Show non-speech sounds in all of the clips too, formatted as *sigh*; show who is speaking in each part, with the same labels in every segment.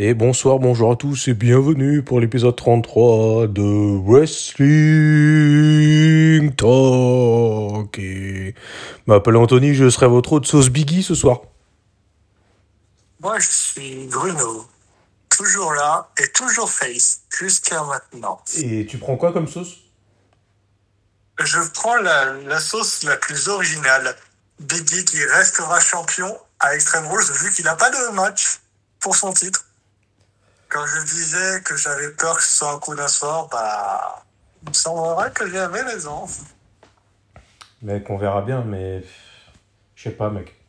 Speaker 1: Et bonsoir, bonjour à tous et bienvenue pour l'épisode 33 de Wrestling Talk. Et... Je m'appelle Anthony, je serai votre hôte sauce Biggie ce soir.
Speaker 2: Moi, je suis Bruno. Toujours là et toujours face jusqu'à maintenant.
Speaker 1: Et tu prends quoi comme sauce
Speaker 2: Je prends la, la sauce la plus originale. Biggie qui restera champion à Extreme Rules vu qu'il n'a pas de match pour son titre. Quand je disais que j'avais peur que ce soit un coup d'un sort, bah, il me semblerait que j'avais raison.
Speaker 1: Mec, on verra bien, mais. Je sais pas, mec.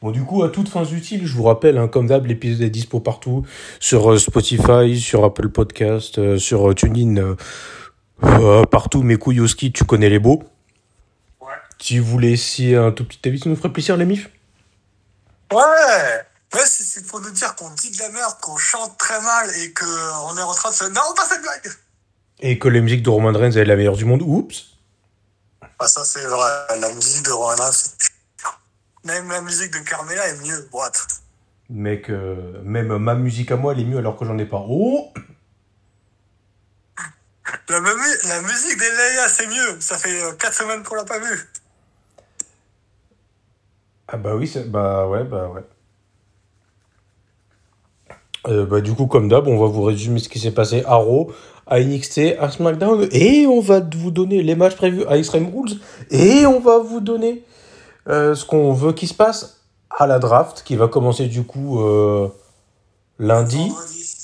Speaker 1: Bon, du coup, à toutes fins utiles, je vous rappelle, hein, comme d'hab, l'épisode est dispo partout sur euh, Spotify, sur Apple Podcast, euh, sur euh, TuneIn, euh, euh, partout. Mes couilles au ski, tu connais les beaux.
Speaker 2: Ouais.
Speaker 1: Si vous laissez un tout petit avis, ça nous ferait plaisir, les mifs.
Speaker 2: Ouais Ouais, c'est c'est pour nous dire qu'on dit de la merde, qu'on chante très mal et qu'on est en train de se. Non, pas cette blague
Speaker 1: Et que les musiques de Roman Reigns, elle est la meilleure du monde. Oups.
Speaker 2: Ah, ça, c'est vrai. La musique de Roman Même la musique de Carmela est mieux. What
Speaker 1: Mec, euh, même ma musique à moi, elle est mieux alors que j'en ai pas. Oh
Speaker 2: La, mu- la musique des Leia, c'est mieux. Ça fait 4 semaines qu'on l'a pas vue.
Speaker 1: Ah bah oui, c'est- bah ouais, bah ouais. Euh, bah du coup, comme d'hab, on va vous résumer ce qui s'est passé à Raw, à NXT, à SmackDown, et on va vous donner les matchs prévus à Extreme Rules, et on va vous donner euh, ce qu'on veut qu'il se passe à la draft, qui va commencer du coup euh, lundi.
Speaker 2: Vendredi.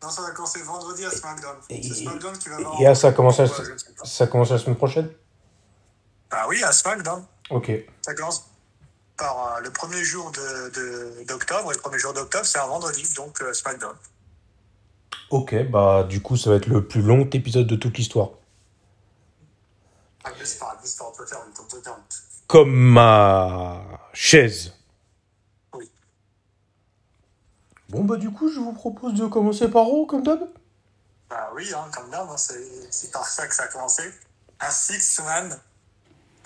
Speaker 2: Non, ça va commencer vendredi à SmackDown.
Speaker 1: Et-
Speaker 2: C'est SmackDown qui va
Speaker 1: Et ah,
Speaker 2: avoir.
Speaker 1: ça commence, à,
Speaker 2: Ouais, je sais pas.
Speaker 1: ça commence la semaine prochaine
Speaker 2: Bah oui, à SmackDown.
Speaker 1: Ok.
Speaker 2: Ça commence par euh, le premier jour de- de- d'octobre. et le premier jour d'octobre, c'est un vendredi, donc euh, SmackDown.
Speaker 1: Ok, bah du coup, ça va être le plus long épisode de toute l'histoire.
Speaker 2: Ah, mais c'est pas grave, c'est pas grave, on peut faire, on peut faire.
Speaker 1: Comme ma chaise.
Speaker 2: Oui.
Speaker 1: Bon bah du coup je vous propose de commencer par Raw comme d'hab.
Speaker 2: Bah oui, hein, comme d'hab, hein, c'est c'est par ça que ça a commencé. Un six man,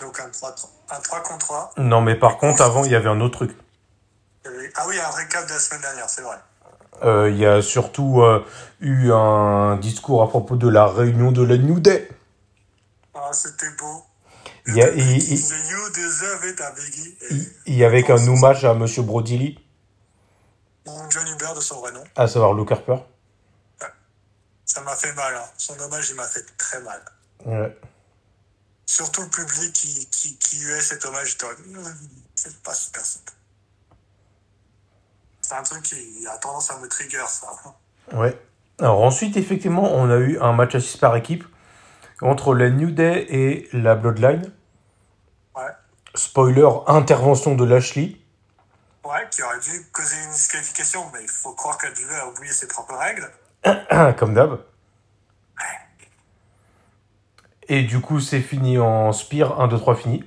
Speaker 2: donc un 3, un 3 contre 3.
Speaker 1: Non mais par contre avant il y avait un autre truc.
Speaker 2: Et- ah oui, un récap de la semaine dernière, c'est vrai.
Speaker 1: Euh, Il y a surtout euh, eu un discours à propos de la réunion de la New Day.
Speaker 2: Ah, c'était beau.
Speaker 1: Il y, a-
Speaker 2: The
Speaker 1: il- il-
Speaker 2: New Deserve est un biggie.
Speaker 1: il-
Speaker 2: Et
Speaker 1: il y avait un hommage à Monsieur Brodilly,
Speaker 2: mon John Huber de son vrai nom,
Speaker 1: à savoir Luke Harper.
Speaker 2: ça m'a fait mal. hein. Son hommage, il m'a fait très mal.
Speaker 1: Ouais.
Speaker 2: Surtout le public qui, qui, qui lui est cet hommage. j'étais en mode, C'est pas super simple. C'est un truc qui a tendance à me trigger, ça.
Speaker 1: Ouais. Alors ensuite effectivement on a eu un match à 6 par équipe entre la New Day et la Bloodline.
Speaker 2: Ouais.
Speaker 1: Spoiler, intervention de Lashley.
Speaker 2: Ouais, qui aurait dû causer une disqualification, mais il faut croire que Dieu a oublié ses propres règles.
Speaker 1: *clears throat* Comme d'hab. Et du coup, c'est fini en Spear, 1, 2, 3, fini.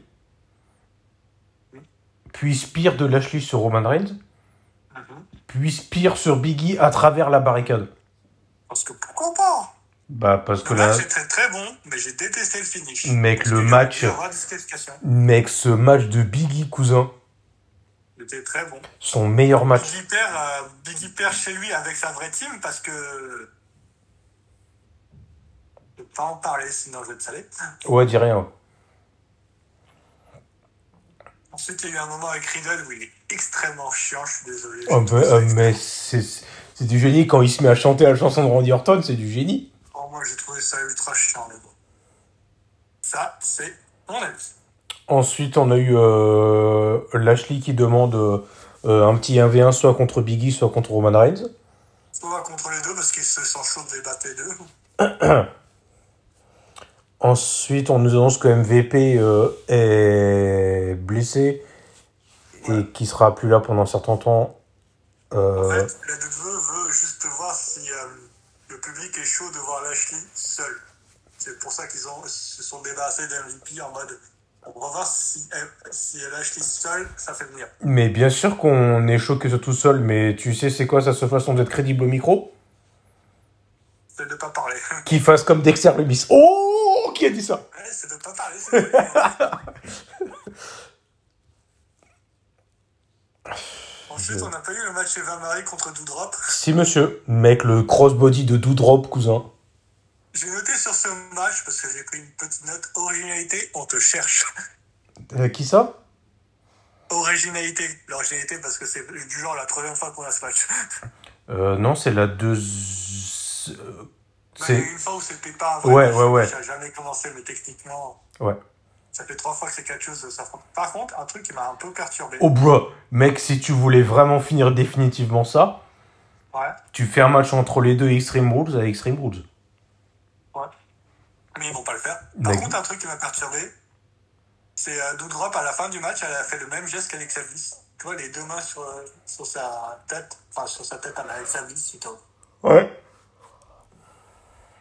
Speaker 1: Puis Spear de Lashley sur Roman Reigns. Puis Spear sur Biggie à travers la barricade.
Speaker 2: Parce que pourquoi pas
Speaker 1: Bah, parce que
Speaker 2: Le
Speaker 1: là,
Speaker 2: match était très bon, mais j'ai détesté le finish.
Speaker 1: Mec,
Speaker 2: Parce
Speaker 1: le
Speaker 2: que
Speaker 1: match-
Speaker 2: Il y aura disqualification.
Speaker 1: mec, ce match de Biggie, cousin,
Speaker 2: C'était très bon.
Speaker 1: son meilleur match.
Speaker 2: Biggie perd, euh, Biggie perd chez lui avec sa vraie team parce que. Je vais pas en parler, sinon je vais te saler.
Speaker 1: Ouais, dis rien.
Speaker 2: Ensuite, il y a eu un moment avec Riddle où il est extrêmement chiant, je suis désolé.
Speaker 1: Oh, mais, oh, mais c'est c'est du génie quand il se met à chanter la chanson de Randy Orton, c'est du génie.
Speaker 2: Oh, moi, j'ai trouvé ça ultra chiant, mais bon. Ça, c'est mon avis.
Speaker 1: Ensuite, on a eu euh, Lashley qui demande euh, euh, un petit 1v1 soit contre Biggie, soit contre Roman Reigns.
Speaker 2: On va contre les deux parce qu'ils se sont chauds de débattre les deux.
Speaker 1: Ensuite, on nous annonce que MVP euh, est blessé et qui sera plus là pendant un certain temps.
Speaker 2: En
Speaker 1: Euh,
Speaker 2: fait, la WWE veut juste voir si euh, le public est chaud de voir Lashley seul. C'est pour ça qu'ils ont, se sont débarrassés d'MVP en mode on va voir si, euh, si Lashley seul, ça fait venir.
Speaker 1: Mais bien sûr qu'on est chaud que soit tout seul, mais tu sais c'est quoi ça, se façon d'être crédible au micro
Speaker 2: C'est de pas parler. *laughs*
Speaker 1: Qu'il fasse comme Dexter Lumis. Oh Qui a dit ça
Speaker 2: Ouais, c'est de pas parler. c'est vrai. Ensuite, on n'a pas eu le match Eva Marie contre Doudrop.
Speaker 1: Si, monsieur, mec, le crossbody de Doudrop, cousin.
Speaker 2: J'ai noté sur ce match, parce que j'ai pris une petite note, originalité, on te cherche.
Speaker 1: Euh, qui ça
Speaker 2: Originalité. L'originalité, parce que c'est du genre la première fois qu'on a ce match.
Speaker 1: Euh, non, c'est la deux.
Speaker 2: Bah, il y a
Speaker 1: C'est.
Speaker 2: eu une fois où c'était pas un
Speaker 1: Ouais,
Speaker 2: match,
Speaker 1: ouais, ouais.
Speaker 2: Ça n'a jamais commencé, mais techniquement,
Speaker 1: Ouais.
Speaker 2: ça fait trois fois que ces quatre choses s'affrontent. Par contre, un truc qui m'a un peu perturbé.
Speaker 1: Oh, bro, mec, si tu voulais vraiment finir définitivement ça,
Speaker 2: Ouais.
Speaker 1: tu fais un match entre les deux Extreme Rules à Extreme Rules.
Speaker 2: mais ils vont pas le faire. Par
Speaker 1: D'accord.
Speaker 2: contre, un truc qui m'a perturbé, c'est euh, Doudrop à la fin du match, elle a fait le même geste qu'Alexa Bliss. Tu vois, les deux mains sur, euh, sur sa tête, enfin sur sa tête à Alexa Bliss, tu vois.
Speaker 1: Ouais.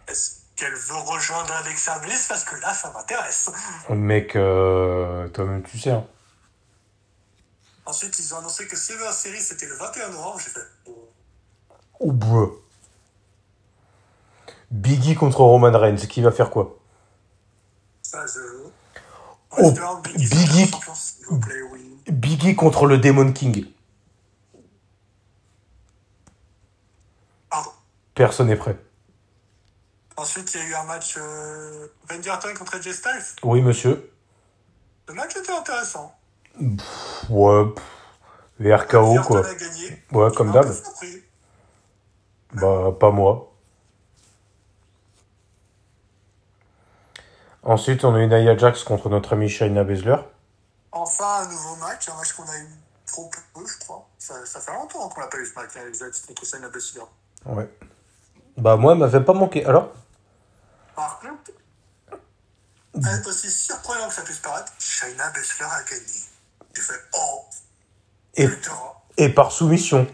Speaker 2: Est-ce qu'elle veut rejoindre Alexa Bliss Parce que là, ça m'intéresse.
Speaker 1: Mec, euh, toi-même, tu sais. hein.
Speaker 2: Ensuite, ils ont annoncé que Silver Series, c'était le 21 novembre. J'ai fait, oh,
Speaker 1: Oh, bro. Biggie contre Roman Reigns, qui va faire quoi
Speaker 2: ça, je.
Speaker 1: Oh,
Speaker 2: Western, Biggie,
Speaker 1: Biggie.
Speaker 2: champion, s'il vous plaît, oui.
Speaker 1: Biggie contre le Demon King.
Speaker 2: Pardon.
Speaker 1: Personne n'est prêt.
Speaker 2: Ensuite, il y a eu un match euh, Randy Orton contre Jay Styles.
Speaker 1: Oui, monsieur.
Speaker 2: Le match était intéressant.
Speaker 1: Ouais. pff, Les RKO,
Speaker 2: Randy Orton
Speaker 1: quoi.
Speaker 2: a gagné.
Speaker 1: Ouais,
Speaker 2: Je
Speaker 1: comme
Speaker 2: suis un
Speaker 1: d'hab.
Speaker 2: peu surpris.
Speaker 1: Bah, pas moi. Ensuite, on a eu Nia Jax contre notre amie Shayna Baszler.
Speaker 2: Enfin, un nouveau match, un match qu'on a eu trop peu, je crois. Ça, ça fait longtemps qu'on n'a pas eu ce match avec Zack contre Shayna Baszler.
Speaker 1: Ouais. Bah, moi, elle m'avait pas manqué. Alors
Speaker 2: Par contre, être aussi surprenant que ça puisse paraître, Shayna Baszler a gagné. J'ai fait oh,
Speaker 1: et,
Speaker 2: putain,
Speaker 1: et par soumission.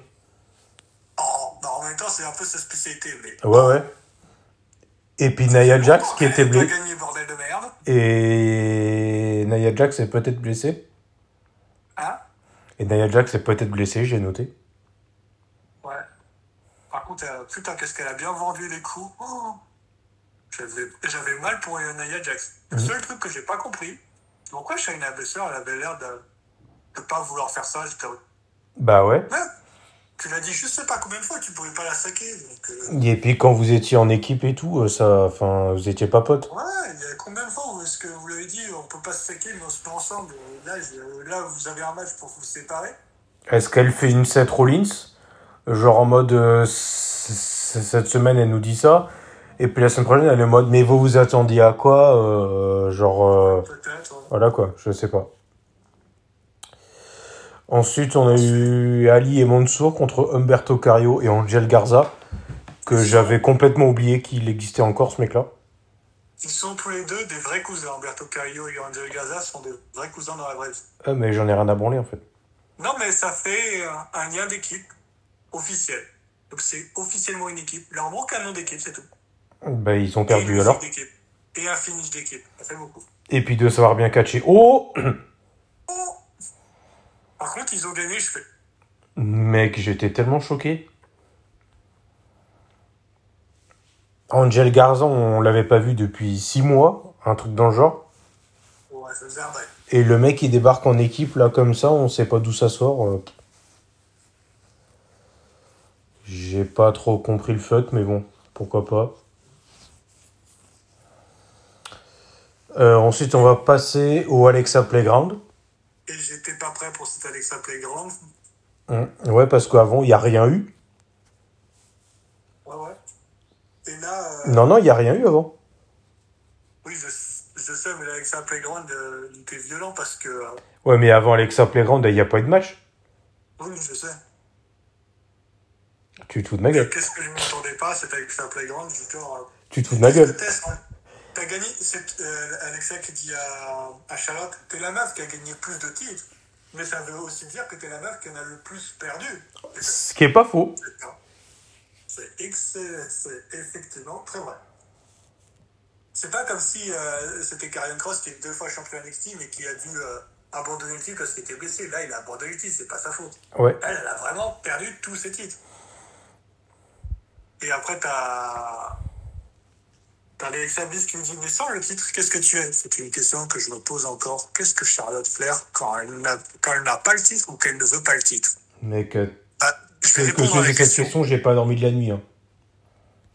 Speaker 2: oh. Non, en même temps, c'est un peu sa spécialité, mais.
Speaker 1: Ouais, ouais. Et puis Nia Jax qui était
Speaker 2: blessé.
Speaker 1: blessée.
Speaker 2: gagné, bordel de merde.
Speaker 1: Et Nia Jax est peut-être blessée.
Speaker 2: Hein
Speaker 1: Et Nia Jax est peut-être blessée, j'ai noté.
Speaker 2: Ouais. Par contre, euh, putain, qu'est-ce qu'elle a bien vendu les coups. Oh. J'avais j'avais mal pour Nia Jax. Le
Speaker 1: Mhm.
Speaker 2: seul truc que j'ai pas compris, c'est pourquoi Shayna Baszler, elle avait l'air de ne pas vouloir faire ça. J'étais...
Speaker 1: Bah ouais.
Speaker 2: Ouais. Tu l'as dit je sais pas combien de fois, tu pouvais pas la saquer. Donc, euh,
Speaker 1: Et puis quand vous étiez en équipe et tout, euh, ça, enfin, vous étiez pas potes.
Speaker 2: Ouais, il y a combien de fois où est-ce que vous l'avez dit, on peut pas se saquer, mais on se met ensemble. Et Là, je- là, vous avez un match pour vous séparer.
Speaker 1: Est-ce qu'elle fait une Seth Rollins Genre en mode euh, c- c- cette semaine elle nous dit ça et puis la semaine prochaine elle est en mode mais vous vous attendiez à quoi Euh, genre euh,
Speaker 2: Peut-être. hein. ouais.
Speaker 1: voilà quoi, je sais pas. Ensuite, on a eu Ali et Mansour contre Humberto Cario et Angel Garza que j'avais complètement oublié qu'il existait encore ce mec là.
Speaker 2: Ils sont tous les deux des vrais cousins. Humberto Cario et Angel Gaza sont des vrais cousins dans la vraie vie.
Speaker 1: Ah, mais j'en ai rien à branler en fait.
Speaker 2: Non, mais ça fait euh, un lien d'équipe officiel. Donc c'est officiellement une équipe. Leur manque un nom d'équipe, c'est tout.
Speaker 1: Bah ils ont
Speaker 2: Et une
Speaker 1: perdu
Speaker 2: musique
Speaker 1: alors.
Speaker 2: d'équipe. Et un finish d'équipe. Ça fait beaucoup.
Speaker 1: Et puis de savoir bien catcher. Oh
Speaker 2: Oh Par contre, ils ont gagné, je fais.
Speaker 1: Mec, j'étais tellement choqué. Angel Garzon, on l'avait pas vu depuis six mois, un truc dans le genre.
Speaker 2: Ouais, ça faisait un bail.
Speaker 1: Et le mec, il débarque en équipe, là, comme ça, on sait pas d'où ça sort. euh. J'ai pas trop compris le fuck, mais bon, pourquoi pas. Euh, ensuite, on va passer au Alexa Playground.
Speaker 2: Et j'étais pas prêt pour cet Alexa Playground.
Speaker 1: Hum, Ouais, parce qu'avant, il n'y a rien eu.
Speaker 2: Ouais, ouais. Et là, euh,
Speaker 1: Non, non, il n'y a rien eu avant.
Speaker 2: oui, je, je sais, mais l'Alexa Playground, euh, il était violent parce que. euh,
Speaker 1: Ouais, mais avant Alexa Playground, il n'y a pas eu de match.
Speaker 2: oui, je sais.
Speaker 1: Tu te fous de ma
Speaker 2: Et
Speaker 1: gueule.
Speaker 2: Qu'est-ce que je m'attendais pas, cet Alexa Playground, du genre. euh,
Speaker 1: Tu te fous de ma gueule.
Speaker 2: Tess, hein. T'as gagné, c'est euh, Alexa qui dit à, à Charlotte, t'es la meuf qui a gagné plus de titres, mais ça veut aussi dire que t'es la meuf qui en a le plus perdu. Et ça,
Speaker 1: Ce qui est pas faux.
Speaker 2: c'est un- C'est ex- c'est effectivement très vrai. C'est pas comme si euh, c'était Karrion Cross qui est deux fois champion NXT, mais qui a dû euh, abandonner le titre parce qu'il était blessé. Là, il a abandonné le titre, c'est pas sa faute.
Speaker 1: Ouais.
Speaker 2: Elle, elle a vraiment perdu tous ses titres. Et après, t'as. T'as Alexa Bliss qui me dit Mais sans le titre, qu'est-ce que tu es C'est une question que je me pose encore. Qu'est-ce que Charlotte Flair quand elle n'a quand elle n'a pas le titre ou qu'elle ne veut pas le titre
Speaker 1: Mec, euh,
Speaker 2: Bah, je vais
Speaker 1: quelle que
Speaker 2: répondre à
Speaker 1: soit
Speaker 2: la
Speaker 1: cette
Speaker 2: question.
Speaker 1: question, j'ai pas dormi de la nuit. hein.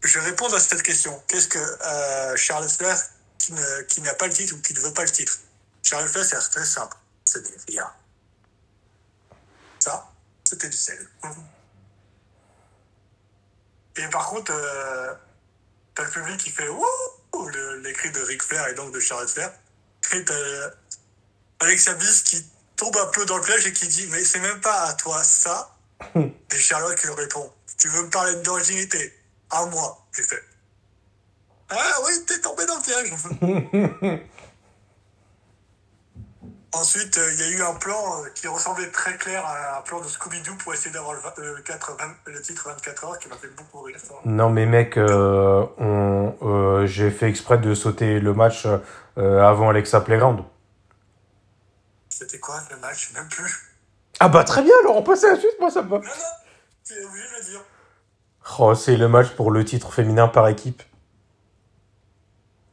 Speaker 2: Je vais répondre à cette question. Qu'est-ce que euh, Charles Flair qui, ne- qui n'a pas le titre ou qui ne veut pas le titre Charles Flair, c'est très simple. C'est des rien. Ça, c'était du sel. Et par contre, euh, t'as le public qui fait Wouh le- les cris de Ric Flair et donc de Charles Flair. Et t'as euh, Alexa Bliss qui tombe un peu dans le piège et qui dit Mais c'est même pas à toi ça. Et Charlotte qui lui répond Tu veux me parler d'originalité À moi. J'ai fait Ah oui, t'es tombé dans le piège. *laughs* Ensuite, euh, il y a eu un plan euh, qui ressemblait très clair à un plan de Scooby-Doo pour essayer d'avoir le, vingt- euh, quatre- vingt- le titre 24 heures qui m'a fait beaucoup rire. ça.
Speaker 1: Non mais mec, euh, on, euh, j'ai fait exprès de sauter le match euh, avant Alexa Playground.
Speaker 2: C'était quoi le match Même plus.
Speaker 1: Ah bah très bien, alors on passe à la suite, moi ça me va.
Speaker 2: Non, non, t'es obligé de le dire.
Speaker 1: Oh, c'est le match pour le titre féminin par équipe.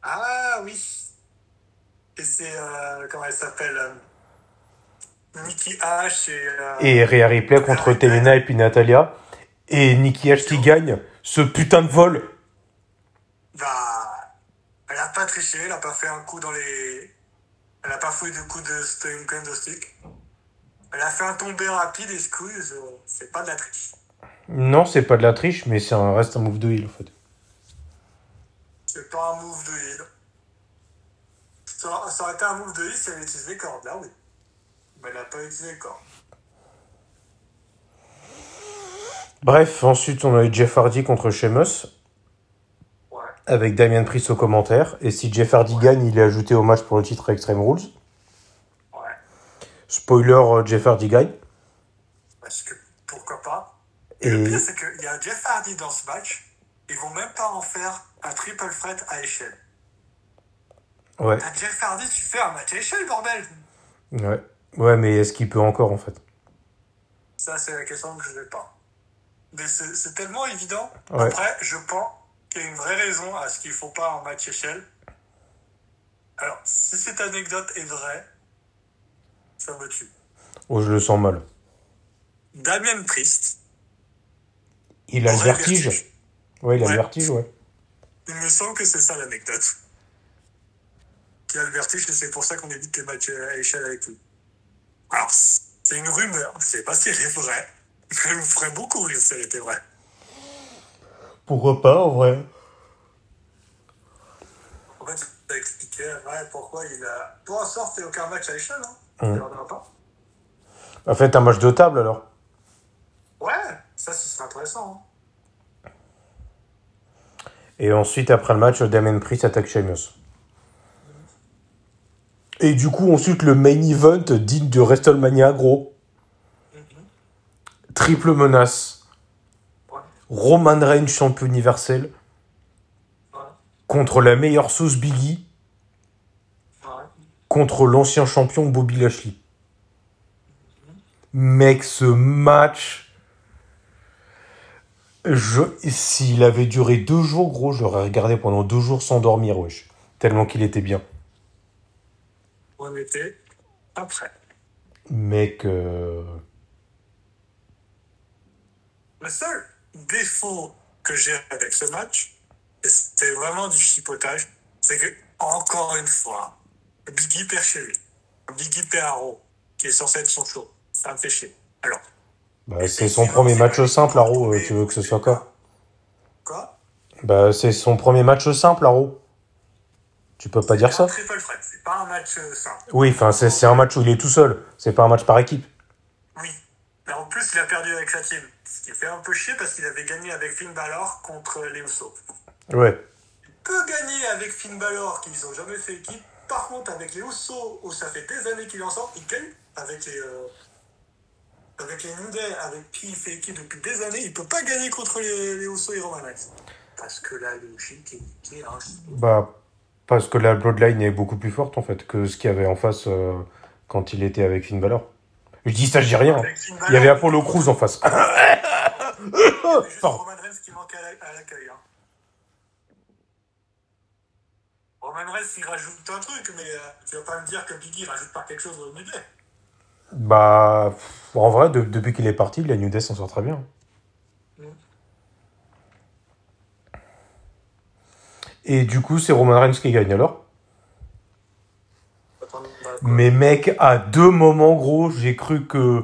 Speaker 2: Ah oui. Et c'est. euh, comment elle s'appelle euh, Nikki H et. euh,
Speaker 1: Et Rhea Ripley contre Telena et puis Natalia. Et Nikki H qui gagne ce putain de vol.
Speaker 2: Bah, elle a pas triché, elle a pas fait un coup dans les. Elle a pas fouillé de coup de st- quand même de stick. Elle a fait un tombé rapide, excuse, euh, c'est pas de la triche.
Speaker 1: Non, c'est pas de la triche, mais c'est un reste un move de heal en fait.
Speaker 2: C'est pas un move de heal. Ça, ça aurait été un move de heal si elle avait utilisé les cordes, là oui. Mais elle a pas utilisé les cordes.
Speaker 1: Bref, ensuite on a eu Jeff Hardy contre Sheamus
Speaker 2: Ouais.
Speaker 1: avec Damien Priest au commentaire. Et si Jeff Hardy gagne, il est ajouté au match pour le titre Extreme Rules.
Speaker 2: Ouais.
Speaker 1: Spoiler, euh, Jeff Hardy gagne.
Speaker 2: Parce que pourquoi pas. Et le
Speaker 1: Et
Speaker 2: pire, c'est qu'il y a Jeff Hardy dans ce match. Ils vont même pas en faire un triple threat à échelle.
Speaker 1: ouais,
Speaker 2: T'as Jeff Hardy, tu fais un match à échelle, bordel
Speaker 1: ouais, ouais, mais est-ce qu'il peut encore en fait
Speaker 2: Ça, c'est la question que je n'ai pas. Mais c'est c'est tellement évident.
Speaker 1: Ouais.
Speaker 2: Après, je pense qu'il y a une vraie raison à ce qu'il ne faut pas un match échelle. Alors, si cette anecdote est vraie, ça me tue.
Speaker 1: Oh, je le sens mal.
Speaker 2: Damien Priest.
Speaker 1: Il a le
Speaker 2: aurait
Speaker 1: vertige. Ouais, il a le
Speaker 2: Ouais.
Speaker 1: vertige, ouais.
Speaker 2: Il me semble que c'est ça l'anecdote. Qui a le vertige et c'est pour ça qu'on évite les matchs à échelle avec lui. Alors, c'est une rumeur. Je sais pas si elle est vraie. *laughs* Elle me ferait beaucoup rire si elle était vraie.
Speaker 1: Pourquoi pas en vrai
Speaker 2: En fait, t'as expliqué ouais, pourquoi il a. Pour en sorte, c'est aucun match à l'échelle, hein
Speaker 1: Mm.
Speaker 2: Il y en aura pas.
Speaker 1: En fait, un match de table alors.
Speaker 2: Ouais, ça, ce serait intéressant. hein.
Speaker 1: Et ensuite, après le match, Damien Priest attaque Sheamus. Et du coup, ensuite, le main event digne de WrestleMania gros.
Speaker 2: hein.
Speaker 1: Triple menace.
Speaker 2: Ouais.
Speaker 1: Roman Reigns, champion universel,
Speaker 2: Ouais,
Speaker 1: contre la meilleure sauce Biggie,
Speaker 2: ouais.
Speaker 1: contre l'ancien champion Bobby Lashley. Mec, ce match... Je... S'il avait duré deux jours, gros, j'aurais regardé pendant deux jours sans dormir, wesh. Tellement qu'il était bien.
Speaker 2: On était après.
Speaker 1: Mec... euh,
Speaker 2: Le seul défaut que j'ai avec ce match, et c'était vraiment du chipotage, c'est que, encore une fois, Biggie perd chez lui. Biggie perd à Raw, qui est censé être son show. Ça me fait chier. Alors.
Speaker 1: Bah, c'est son premier match simple, Aro, euh, tu veux que ce soit quoi
Speaker 2: Quoi
Speaker 1: Bah, c'est son premier match simple, Aro. Tu peux pas dire
Speaker 2: C'est un
Speaker 1: ça
Speaker 2: triple threat, c'est pas un match euh, simple.
Speaker 1: Oui, enfin, c'est c'est un match où il est tout seul. C'est pas un match par équipe.
Speaker 2: Oui. Mais en plus, il a perdu avec sa team. Ce qui fait un peu chier parce qu'il avait gagné avec Finn Balor contre les Usos.
Speaker 1: Ouais.
Speaker 2: Peut gagner avec Finn Balor, qu'ils ont jamais fait équipe. Par contre, avec les Usos, où ça fait des années qu'il est ensemble, il gagne. Avec les, euh, avec les New Day, avec qui il fait équipe depuis des années, il peut pas gagner contre les, les Usos et Roman Reigns. Parce que la logique est niquée. hein.
Speaker 1: Bah, parce que la Bloodline est beaucoup plus forte, en fait, que ce qu'il y avait en face euh, quand il était avec Finn Balor. Je dis ça, je dis rien.
Speaker 2: Avec Finn
Speaker 1: Il y avait
Speaker 2: Balor,
Speaker 1: Apollo Crews en face. *coughs*
Speaker 2: il y avait
Speaker 1: *laughs*
Speaker 2: juste
Speaker 1: Pardon.
Speaker 2: Roman Reigns qui manquait à la- à l'accueil. hein. Roman Reigns, il rajoute un truc, mais euh, tu vas pas me dire que Biggie rajoute pas quelque chose au milieu.
Speaker 1: Bah, pff, Bon, en vrai, de- depuis qu'il est parti, la New Day s'en sort très bien.
Speaker 2: Mm.
Speaker 1: Et du coup, c'est Roman Reigns qui gagne alors.
Speaker 2: Attends, bah, quoi.
Speaker 1: Mais mec, à deux moments, gros, j'ai cru que.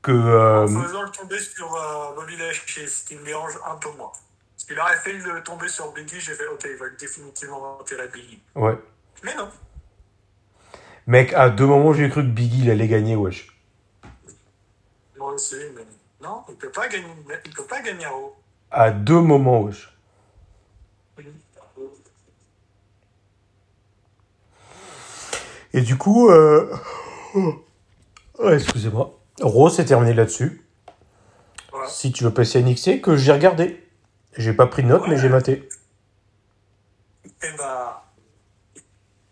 Speaker 1: que euh,
Speaker 2: En faisant le tomber sur euh, Bobby Lashley, ce qui me dérange un peu moins. Parce qu'il aurait fait le tomber sur Biggie, j'ai fait, ok, il va définitivement enterrer Biggie.
Speaker 1: ouais.
Speaker 2: Mais non.
Speaker 1: Mec, à deux moments, j'ai cru que Biggie il allait gagner, wesh.
Speaker 2: Moi aussi, mais non, il peut pas gagner. Il peut pas gagner à haut.
Speaker 1: À deux moments, wesh. Et du coup, euh... oh, excusez-moi. Raw, c'est terminé là-dessus.
Speaker 2: Voilà.
Speaker 1: Si tu veux passer à NXT, que j'ai regardé. J'ai pas pris de notes, mais j'ai maté.
Speaker 2: Et bah,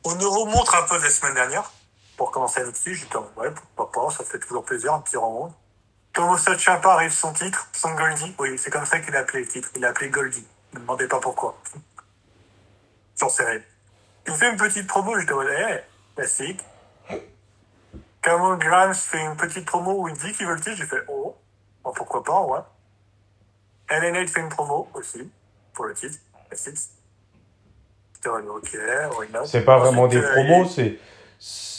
Speaker 2: on nous remontre un peu des semaines dernières. Pour commencer là-dessus, j'étais en ouais, pourquoi pas, ça fait toujours plaisir, un petit remonte. Thomas Ciampa arrive son titre, son Goldie. Oui, c'est comme ça qu'il a appelé le titre. Il a appelé Goldie. Ne me demandez pas pourquoi. J'en sais rien. Il fait une petite promo, j'étais en mode, eh, classique. Cameron Grimes fait une petite promo où il dit qu'il veut le titre, j'ai fait, oh, bon, pourquoi pas, ouais. LNA fait une promo aussi, pour le titre, classique. J'étais en mode, ok, why not.
Speaker 1: C'est pas vraiment des
Speaker 2: Ensuite, euh,
Speaker 1: promos, c'est.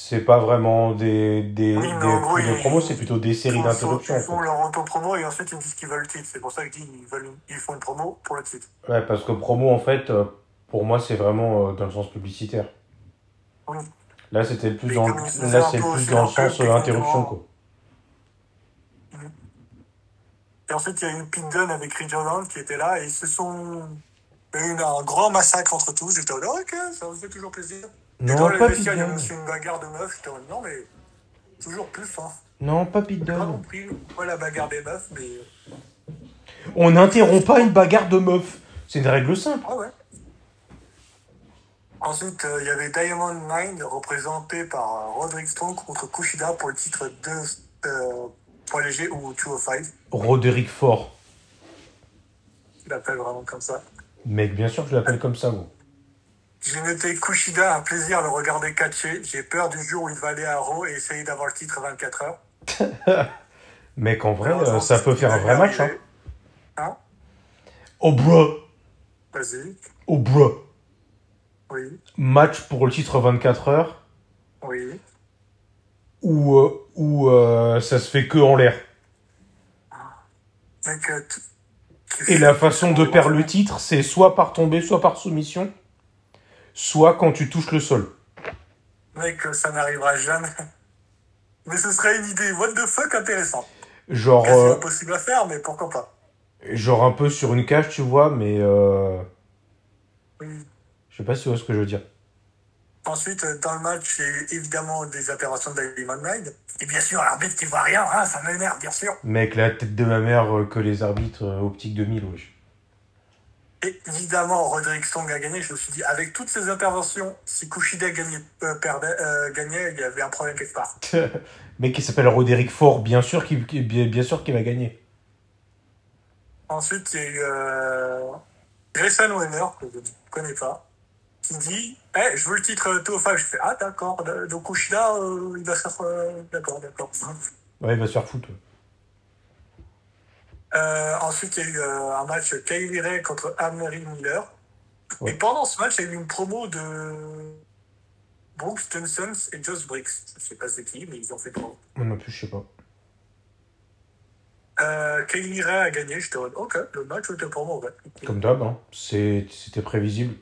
Speaker 1: C'est pas vraiment des, des,
Speaker 2: Oui, mais
Speaker 1: des-
Speaker 2: en gros,
Speaker 1: des
Speaker 2: ils-
Speaker 1: promos, c'est plutôt des séries
Speaker 2: Ils font-
Speaker 1: d'interruptions.
Speaker 2: Ils font
Speaker 1: quoi.
Speaker 2: leur auto-promo et ensuite ils me disent qu'ils veulent le titre. C'est pour ça que je dis ils, veulent, ils font une promo pour le titre.
Speaker 1: Ouais, parce que promo, en fait, euh, pour moi, c'est vraiment euh, dans le sens publicitaire.
Speaker 2: Oui.
Speaker 1: Là, c'était plus
Speaker 2: Mais
Speaker 1: dans,
Speaker 2: comme ils se
Speaker 1: là,
Speaker 2: font
Speaker 1: c'est
Speaker 2: un peu
Speaker 1: plus
Speaker 2: aussi
Speaker 1: dans le
Speaker 2: leur pub,
Speaker 1: sens euh, interruption,
Speaker 2: exactement.
Speaker 1: quoi.
Speaker 2: Et ensuite il y a eu Pindon avec Ridgeland qui était là et ils se sont eu une- un grand massacre entre tous. J'étais en mode Ah, ok, ça me fait toujours plaisir. Et dans
Speaker 1: Non,
Speaker 2: le
Speaker 1: pas
Speaker 2: vestiaire, il y
Speaker 1: Pidon.
Speaker 2: avait aussi une bagarre de meufs. J'étais en mode non, mais toujours plus.
Speaker 1: Ah
Speaker 2: Hein.
Speaker 1: Non, pas
Speaker 2: J'ai pas
Speaker 1: Pidon.
Speaker 2: compris pourquoi la bagarre des meufs, mais euh,
Speaker 1: On n'interrompt pas une bagarre de meufs. C'est une règle simple.
Speaker 2: ah ouais. Ensuite, euh, il y avait Diamond Mind représenté par euh, Roderick Strong contre Kushida pour le titre de euh, poids léger ou 205.
Speaker 1: Roderick Fort.
Speaker 2: Il l'appelle vraiment comme ça.
Speaker 1: Mec, bien sûr que je l'appelle comme ça, gros.
Speaker 2: J'ai noté Kushida, un plaisir à le regarder catcher. J'ai peur du jour où il va aller à Raw et essayer d'avoir le titre à 24 heures.
Speaker 1: Mec, en vrai,
Speaker 2: Malheureusement,
Speaker 1: euh, ça
Speaker 2: c'est
Speaker 1: peut
Speaker 2: ce qui
Speaker 1: faire un
Speaker 2: va
Speaker 1: vrai
Speaker 2: lui
Speaker 1: match, hein.
Speaker 2: arriver. Hein
Speaker 1: Oh, bruh.
Speaker 2: Vas-y.
Speaker 1: Oh, bruh.
Speaker 2: Oui,
Speaker 1: Match pour le titre 24 heures
Speaker 2: oui.
Speaker 1: où, euh, où euh, ça se fait que en l'air.
Speaker 2: Donc, euh, t-
Speaker 1: Et la façon de perdre le titre, c'est soit par tombée, soit par soumission, soit quand tu touches le sol.
Speaker 2: Mec, euh, ça n'arrivera jamais. *laughs* Mais ce serait une idée, what the fuck, intéressante.
Speaker 1: Genre,
Speaker 2: C'est
Speaker 1: euh,
Speaker 2: impossible à faire, mais pourquoi pas.
Speaker 1: genre un peu sur une cage, tu vois, mais euh,
Speaker 2: Oui.
Speaker 1: je sais pas si tu vois ce que je veux dire.
Speaker 2: Ensuite, euh, dans le match, il y a eu évidemment des opérations de Diamond Mind. Et bien sûr, l'arbitre qui voit rien, hein, ça m'énerve, bien sûr.
Speaker 1: Mec, la tête de ma mère euh, que les arbitres euh, optique 2000, wesh.
Speaker 2: Et évidemment, Roderick Strong a gagné. Je me suis dit, avec toutes ces interventions, si Kushida gagnait, euh, perdait, euh, gagnait, il y avait un problème quelque part.
Speaker 1: *laughs* Mec qui s'appelle Roderick Fort, bien sûr qu'il qu'il- bien bien sûr qu'il va gagner.
Speaker 2: Ensuite, il y a eu euh, Grayson Wenner, que je ne connais pas, qui dit Eh, je veux le titre euh, Théophile. Je fais Ah, d'accord. d- Donc Kushida, euh, il va faire. euh, d'accord, d'accord.
Speaker 1: Ouais, il va se faire foutre. ouais.
Speaker 2: Euh, ensuite, il y a eu euh, un match Kylie Ray contre Amery Miller.
Speaker 1: Ouais.
Speaker 2: Et pendant ce match, il y a eu une promo de Brooks Johnson et Josh Briggs. Je sais pas c'est qui, mais ils ont fait promo.
Speaker 1: Moi non plus, je sais pas.
Speaker 2: Euh, Kylie Ray a gagné. J'étais en mode Ok, le match était promo. Ouais.
Speaker 1: Comme d'hab, hein. C'est- c'était prévisible.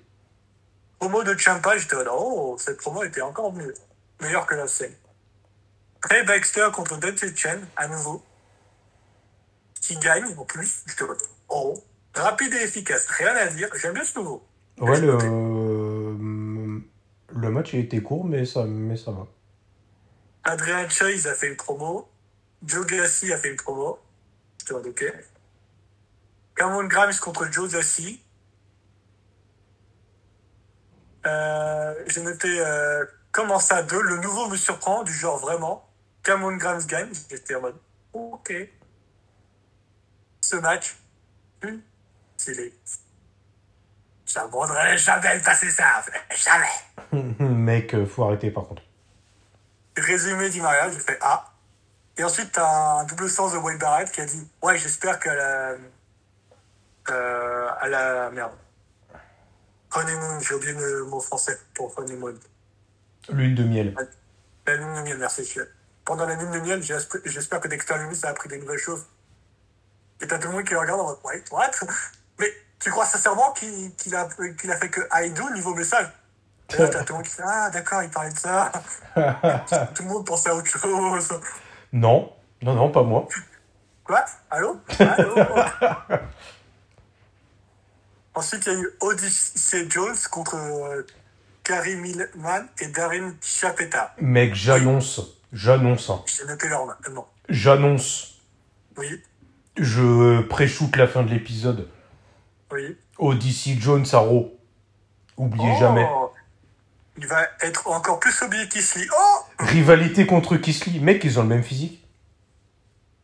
Speaker 2: Promo de Champa, j'étais en mode Oh, cette promo était encore mieux. Meilleure que la scène. Ray Baxter contre Dante Chen, à nouveau. Qui gagne en plus. J'étais en mode Oh, rapide et efficace. Rien à dire. J'aime bien ce nouveau.
Speaker 1: Ouais, le, euh, le match a été court, mais ça, mais ça va. *laughs*
Speaker 2: Adrian Chase a fait une promo. Joe Gassi a fait une promo. Je te vois, ok. Cameron Grimes contre Joe Gassi. Euh, J'ai noté euh, comment ça deux. Le nouveau me surprend, du genre vraiment. Cameron Grimes gagne. J'étais en mode ok. Ce match, hum, stylé. J'abandonnerai jamais le passé ça. Jamais.
Speaker 1: Mec, euh, faut arrêter par contre.
Speaker 2: Résumé du mariage, j'ai fait Ah, Et ensuite, t'as un double sens de Wade Barrett qui a dit Ouais, j'espère qu'à la. Euh, à la. Merde. Honeymoon, j'ai oublié le mot français pour honeymoon.
Speaker 1: L'huile de miel.
Speaker 2: La lune de miel, merci. je- Pendant la lune de miel, j'esp- j'espère que Dexter Lumis a appris des nouvelles choses. Et t'as tout le monde qui le regarde en mode Ouais, what Mais tu crois sincèrement qu'il qu'il a, qu'il a fait que I do niveau message Et là, t'as tout le monde qui fait Ah, d'accord, il parlait de ça. tout le monde pensait à autre chose.
Speaker 1: Non, non, non, pas moi.
Speaker 2: Quoi Allô Allô Ensuite, il y a eu Odyssey Jones contre euh, Karim Milman et Darren Chapeta.
Speaker 1: Mec, j'annonce, j'annonce, hein.
Speaker 2: J'ai noté leur nom. Euh, Non.
Speaker 1: j'annonce,
Speaker 2: Oui,
Speaker 1: je pré-shoot la fin de l'épisode.
Speaker 2: oui.
Speaker 1: Odyssey Jones à Raw. Oubliez
Speaker 2: Oh
Speaker 1: jamais.
Speaker 2: Il va être encore plus oublié qu'Isli. Oh
Speaker 1: Rivalité contre Kisly. Mec, ils ont le même physique.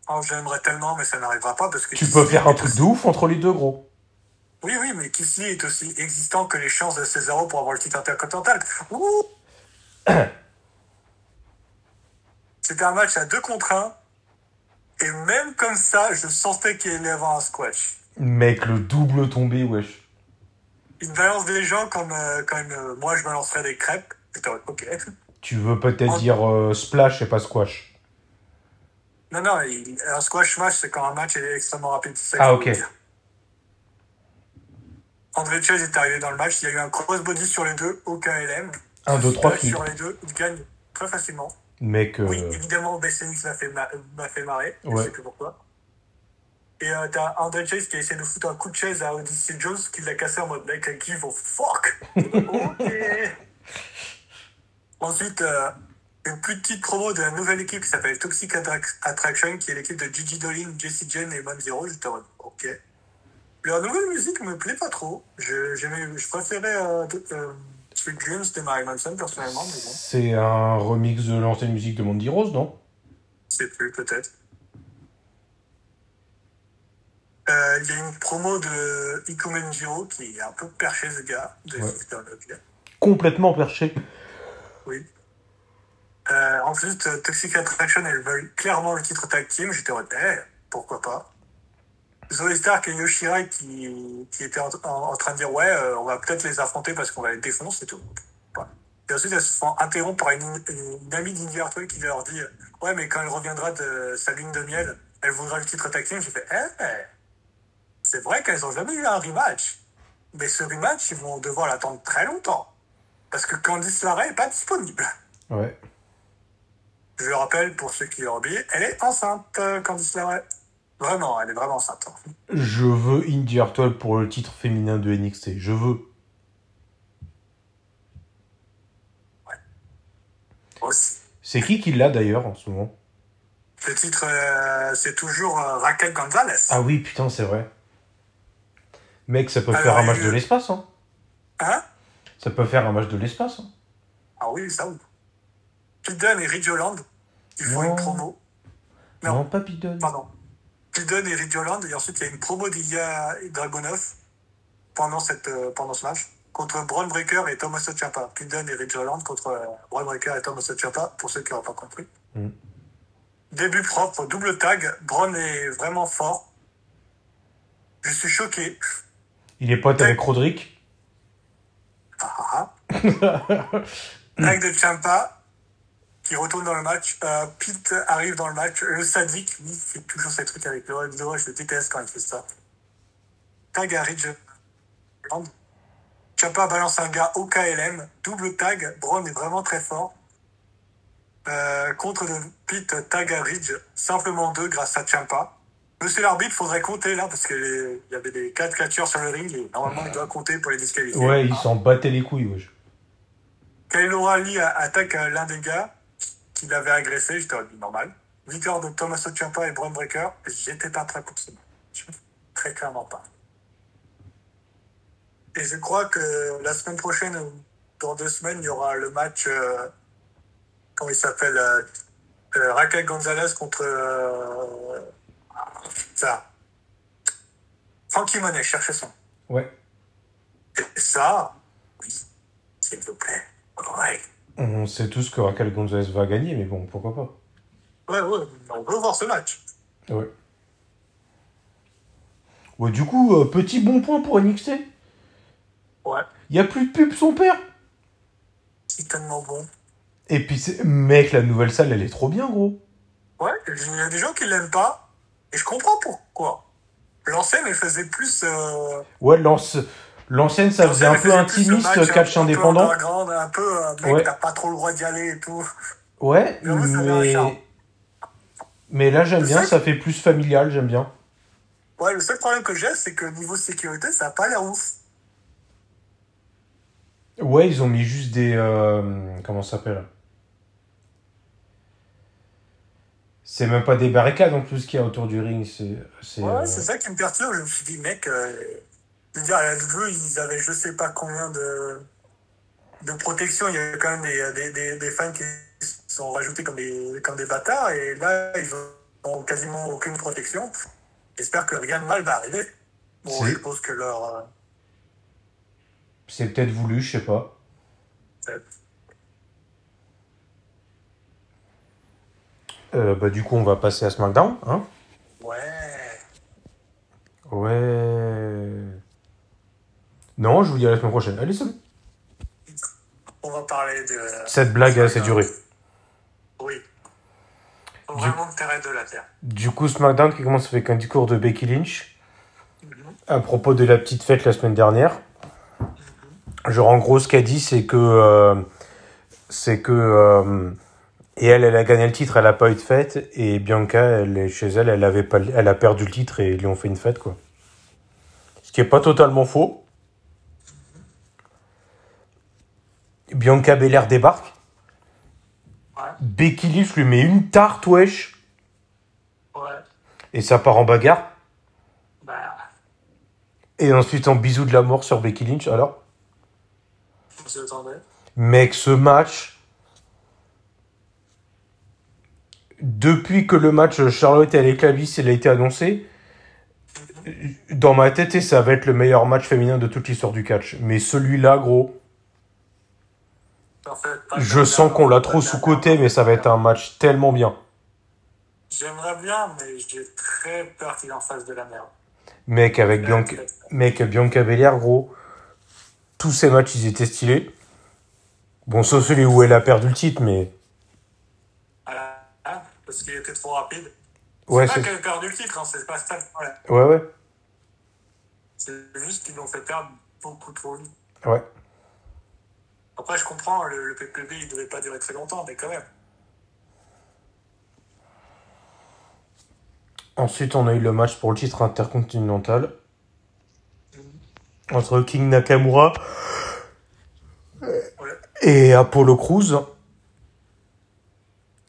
Speaker 2: Oh, J'aimerais tellement, mais ça n'arrivera pas parce que.
Speaker 1: Tu
Speaker 2: Keith
Speaker 1: peux
Speaker 2: Lee
Speaker 1: faire un
Speaker 2: est
Speaker 1: truc
Speaker 2: aussi-
Speaker 1: de ouf entre les deux, gros.
Speaker 2: Oui, oui, mais Kisly est aussi existant que les chances de Cesaro pour avoir le titre intercontinental. Ouh C'était un match à 2 contre 1. Et même comme ça, je sentais qu'il allait y avoir un squash.
Speaker 1: Mec, le double tombé, wesh.
Speaker 2: Il balance des gens comme, euh, comme euh, moi je balancerais des crêpes. J'étais en mode, ok.
Speaker 1: Tu veux peut-être dire euh, splash et pas squash.
Speaker 2: Non, non, il- un squash match, c'est quand un match est extrêmement rapide. c'est ça que
Speaker 1: Ah,
Speaker 2: je
Speaker 1: ok.
Speaker 2: voulais dire. André Chase est arrivé dans le match, il y a eu un crossbody sur les deux au KLM.
Speaker 1: Un, deux, trois,
Speaker 2: Splash
Speaker 1: fini.
Speaker 2: Euh, Sur les deux, il gagne très facilement.
Speaker 1: Mec, euh,
Speaker 2: Oui, évidemment, Bessenix m'a fait, ma- m'a fait marrer,
Speaker 1: Ouais.
Speaker 2: je sais plus pourquoi. Et euh, t'as André Chase qui a essayé de foutre un coup de chaise à Odyssey Jones, qui l'a cassé en mode mec, avec qui vont fuck Ok Ensuite, euh, une petite promo de la nouvelle équipe qui s'appelle Toxic Attrac- Attraction, qui est l'équipe de Gigi Dolin, Jesse Jane et Man Zero. J'étais en mode ok. Leur nouvelle musique me plaît pas trop. Je, j'aimais- je préférais euh, de- euh, Sweet Dreams de Mary Manson personnellement, mais bon.
Speaker 1: c'est un remix de l'ancienne musique de Mandy Rose, non
Speaker 2: Je sais plus, peut-être. Euh, Il y a une promo de Ikumen Jiro qui est un peu perché, ce gars, de
Speaker 1: Ouais.
Speaker 2: Victor Leclerc.
Speaker 1: Complètement perché.
Speaker 2: Oui. Euh, en plus, euh, Toxic Attraction, elle veulent clairement le titre tag team. J'étais en mode, Eh, pourquoi pas Zoe Stark et Yoshirai qui, qui étaient en, en- en train de dire, ouais, euh, on va peut-être les affronter parce qu'on va les défoncer et tout. Ouais. Et ensuite, elles se font interrompre par une, une, une amie d'Indy Hartwell qui leur dit, ouais, mais quand elle reviendra de sa lune de miel, elle voudra le titre tag team. J'ai fait, eh, c'est vrai qu'elles ont jamais eu un rematch. Mais ce rematch, ils vont devoir l'attendre très longtemps. Parce que Candice Larray n'est pas disponible.
Speaker 1: Ouais.
Speaker 2: Je le rappelle, pour ceux qui l'ont oublié, elle est enceinte, euh, Candice Larray. Vraiment, elle est vraiment enceinte. hein.
Speaker 1: Je veux Indie Hartwell pour le titre féminin de NXT. Je veux.
Speaker 2: Aussi.
Speaker 1: C'est qui qui l'a d'ailleurs en ce moment
Speaker 2: Le titre, euh, c'est toujours euh, Raquel Gonzalez.
Speaker 1: Ah oui, putain, c'est vrai. Mec, ça peut
Speaker 2: Alors,
Speaker 1: faire un
Speaker 2: et
Speaker 1: match
Speaker 2: le-
Speaker 1: de l'espace, hein.
Speaker 2: Hein
Speaker 1: Ça peut faire un match de l'espace. hein.
Speaker 2: Ah oui, ça oui. Pidon et Ridgeland, ils font
Speaker 1: Non.
Speaker 2: une promo.
Speaker 1: Non,
Speaker 2: Non.
Speaker 1: pas Bidon.
Speaker 2: Pardon. Pidon et Ridgeland, et ensuite il y a une promo d'Ilya et Dragunov pendant, cette, euh, pendant ce match contre Braun Breaker et Thomas Ciampa. Pidon et Ridgeland contre euh, Braun Breaker et Thomas Ciampa, pour ceux qui n'ont pas compris.
Speaker 1: Mm.
Speaker 2: Début propre, double tag. Braun est vraiment fort. Je suis choqué.
Speaker 1: Il est pote avec Roderick.
Speaker 2: Ah, ah, ah. Tag de Champa qui retourne dans le match. Euh, Pete arrive dans le match. Le sadique, lui, il fait toujours ces trucs avec le Red Door. Je le déteste quand il fait ça. Tag à Ridge. Champa balance un gars au KLM. Double tag. Braun est vraiment très fort. Euh, contre de Pete, tag à Ridge. Simplement deux grâce à Champa. Monsieur l'arbitre, faudrait compter là parce qu'il y avait des quatre catcheurs sur le ring et normalement il doit compter pour les disqualifier.
Speaker 1: *laughs* Ouais, il s'en battait les couilles, wesh.
Speaker 2: Kyle O'Reilly a- attaque euh, l'un des gars qui l'avait agressé, j'étais en mode normal. Victoire de Thomas Ciampa et Braun Breaker, j'étais pas prêt pour ce match. Très clairement pas. Et je crois que la semaine prochaine, ou dans deux semaines, il y aura le match, euh, comment il s'appelle, euh, euh, Raquel Gonzalez contre euh, ça. Frankie Monet, cherchez son.
Speaker 1: Ouais.
Speaker 2: Et ça, oui, s'il vous plaît, ouais.
Speaker 1: On sait tous que Raquel Gonzalez va gagner, mais bon, pourquoi pas.
Speaker 2: Ouais, ouais, mais on veut voir ce match.
Speaker 1: Ouais. Ouais, du coup, euh, petit bon point pour NXT.
Speaker 2: Ouais,
Speaker 1: Il y a plus de pub son père.
Speaker 2: c'est tellement bon.
Speaker 1: Et puis, c'est- mec, la nouvelle salle, elle est trop bien, gros.
Speaker 2: Ouais, il y a des gens qui l'aiment pas, et je comprends pourquoi. L'ancienne, elle faisait plus. Euh,
Speaker 1: Ouais, lance- l'ancienne, ça faisait un
Speaker 2: l'ancienne,
Speaker 1: peu
Speaker 2: elle faisait plus le
Speaker 1: intimiste,
Speaker 2: match,
Speaker 1: catch
Speaker 2: un peu
Speaker 1: indépendant.
Speaker 2: underground, Un peu, euh, mec,
Speaker 1: Ouais.
Speaker 2: t'as pas trop le droit d'y aller et tout.
Speaker 1: Ouais,
Speaker 2: Mais en vrai, ça avait un
Speaker 1: mais...
Speaker 2: charme.
Speaker 1: Mais là, j'aime
Speaker 2: Le
Speaker 1: bien,
Speaker 2: fait-
Speaker 1: ça fait plus familial, j'aime bien.
Speaker 2: Ouais, le seul problème que j'ai, c'est que niveau sécurité, ça a pas l'air ouf.
Speaker 1: Ouais, ils ont mis juste des... euh, comment ça s'appelle C'est même pas des barricades, en plus, qu'il y a autour du ring, c'est... c'est,
Speaker 2: Ouais,
Speaker 1: euh,
Speaker 2: c'est ça qui me perturbe. Je me suis dit, mec, euh, je veux dire, à la LVE, ils avaient je sais pas combien de, de protection. Il y avait quand même des, des, des, des fans qui se sont rajoutés comme des, comme des bâtards. Et là, ils ont quasiment aucune protection. J'espère que rien de mal va arriver. Bon,
Speaker 1: C'est-
Speaker 2: je pense que leur. euh,
Speaker 1: c'est peut-être voulu, je sais pas.
Speaker 2: c'est-
Speaker 1: Euh, bah, du coup, on va passer à SmackDown, hein
Speaker 2: Ouais.
Speaker 1: Ouais... Non, je vous dis à la semaine prochaine. Allez, salut
Speaker 2: On va parler de.
Speaker 1: Cette blague, elle s'est durée.
Speaker 2: Oui. Vraiment le terrain de la terre.
Speaker 1: Du coup, SmackDown qui commence avec un discours de Becky Lynch
Speaker 2: Mhm.
Speaker 1: à propos de la petite fête la semaine dernière. Genre, en gros, ce qu'elle dit, c'est que. euh, c'est que. euh, et elle, elle a gagné le titre, elle a pas eu de fête. Et Bianca, elle est chez elle, elle, avait pas, elle a perdu le titre et ils lui ont fait une fête, quoi. Ce qui est pas totalement faux. Bianca Belair débarque.
Speaker 2: Ouais.
Speaker 1: Becky Lynch lui met une tarte, wesh.
Speaker 2: Ouais.
Speaker 1: Et ça part en bagarre.
Speaker 2: Bah,
Speaker 1: Et ensuite en bisou de la mort sur Becky Lynch. Alors,
Speaker 2: on s'y attendait.
Speaker 1: mec, ce match. Depuis que le match Charlotte et Clavis il a été annoncé, dans ma tête, et ça va être le meilleur match féminin de toute l'histoire du catch. Mais celui-là, gros,
Speaker 2: En fait, pas
Speaker 1: je
Speaker 2: de-
Speaker 1: sens qu'on l'a trop
Speaker 2: pas de-
Speaker 1: sous-coté, mais ça va être un match tellement bien.
Speaker 2: J'aimerais bien, mais j'ai très peur qu'il est en face de la merde. Euh,
Speaker 1: Mec, avec Bianca, mec, Bianca Belair, gros, tous ces matchs, ils étaient stylés. Bon, sauf celui où elle a perdu le titre, mais.
Speaker 2: Ah là, hein, parce qu'il était trop rapide.
Speaker 1: Ouais,
Speaker 2: c'est
Speaker 1: c'est-
Speaker 2: pas qu'elle a perdu le titre, hein, c'est pas ça le problème.
Speaker 1: Ouais, ouais.
Speaker 2: C'est juste qu'ils l'ont fait perdre beaucoup trop vite.
Speaker 1: Ouais.
Speaker 2: Après, je comprends, le, le PPB, il devait pas durer très longtemps, mais quand même.
Speaker 1: Ensuite, on a eu le match pour le titre intercontinental entre King Nakamura
Speaker 2: Ouais,
Speaker 1: et Apollo Cruz.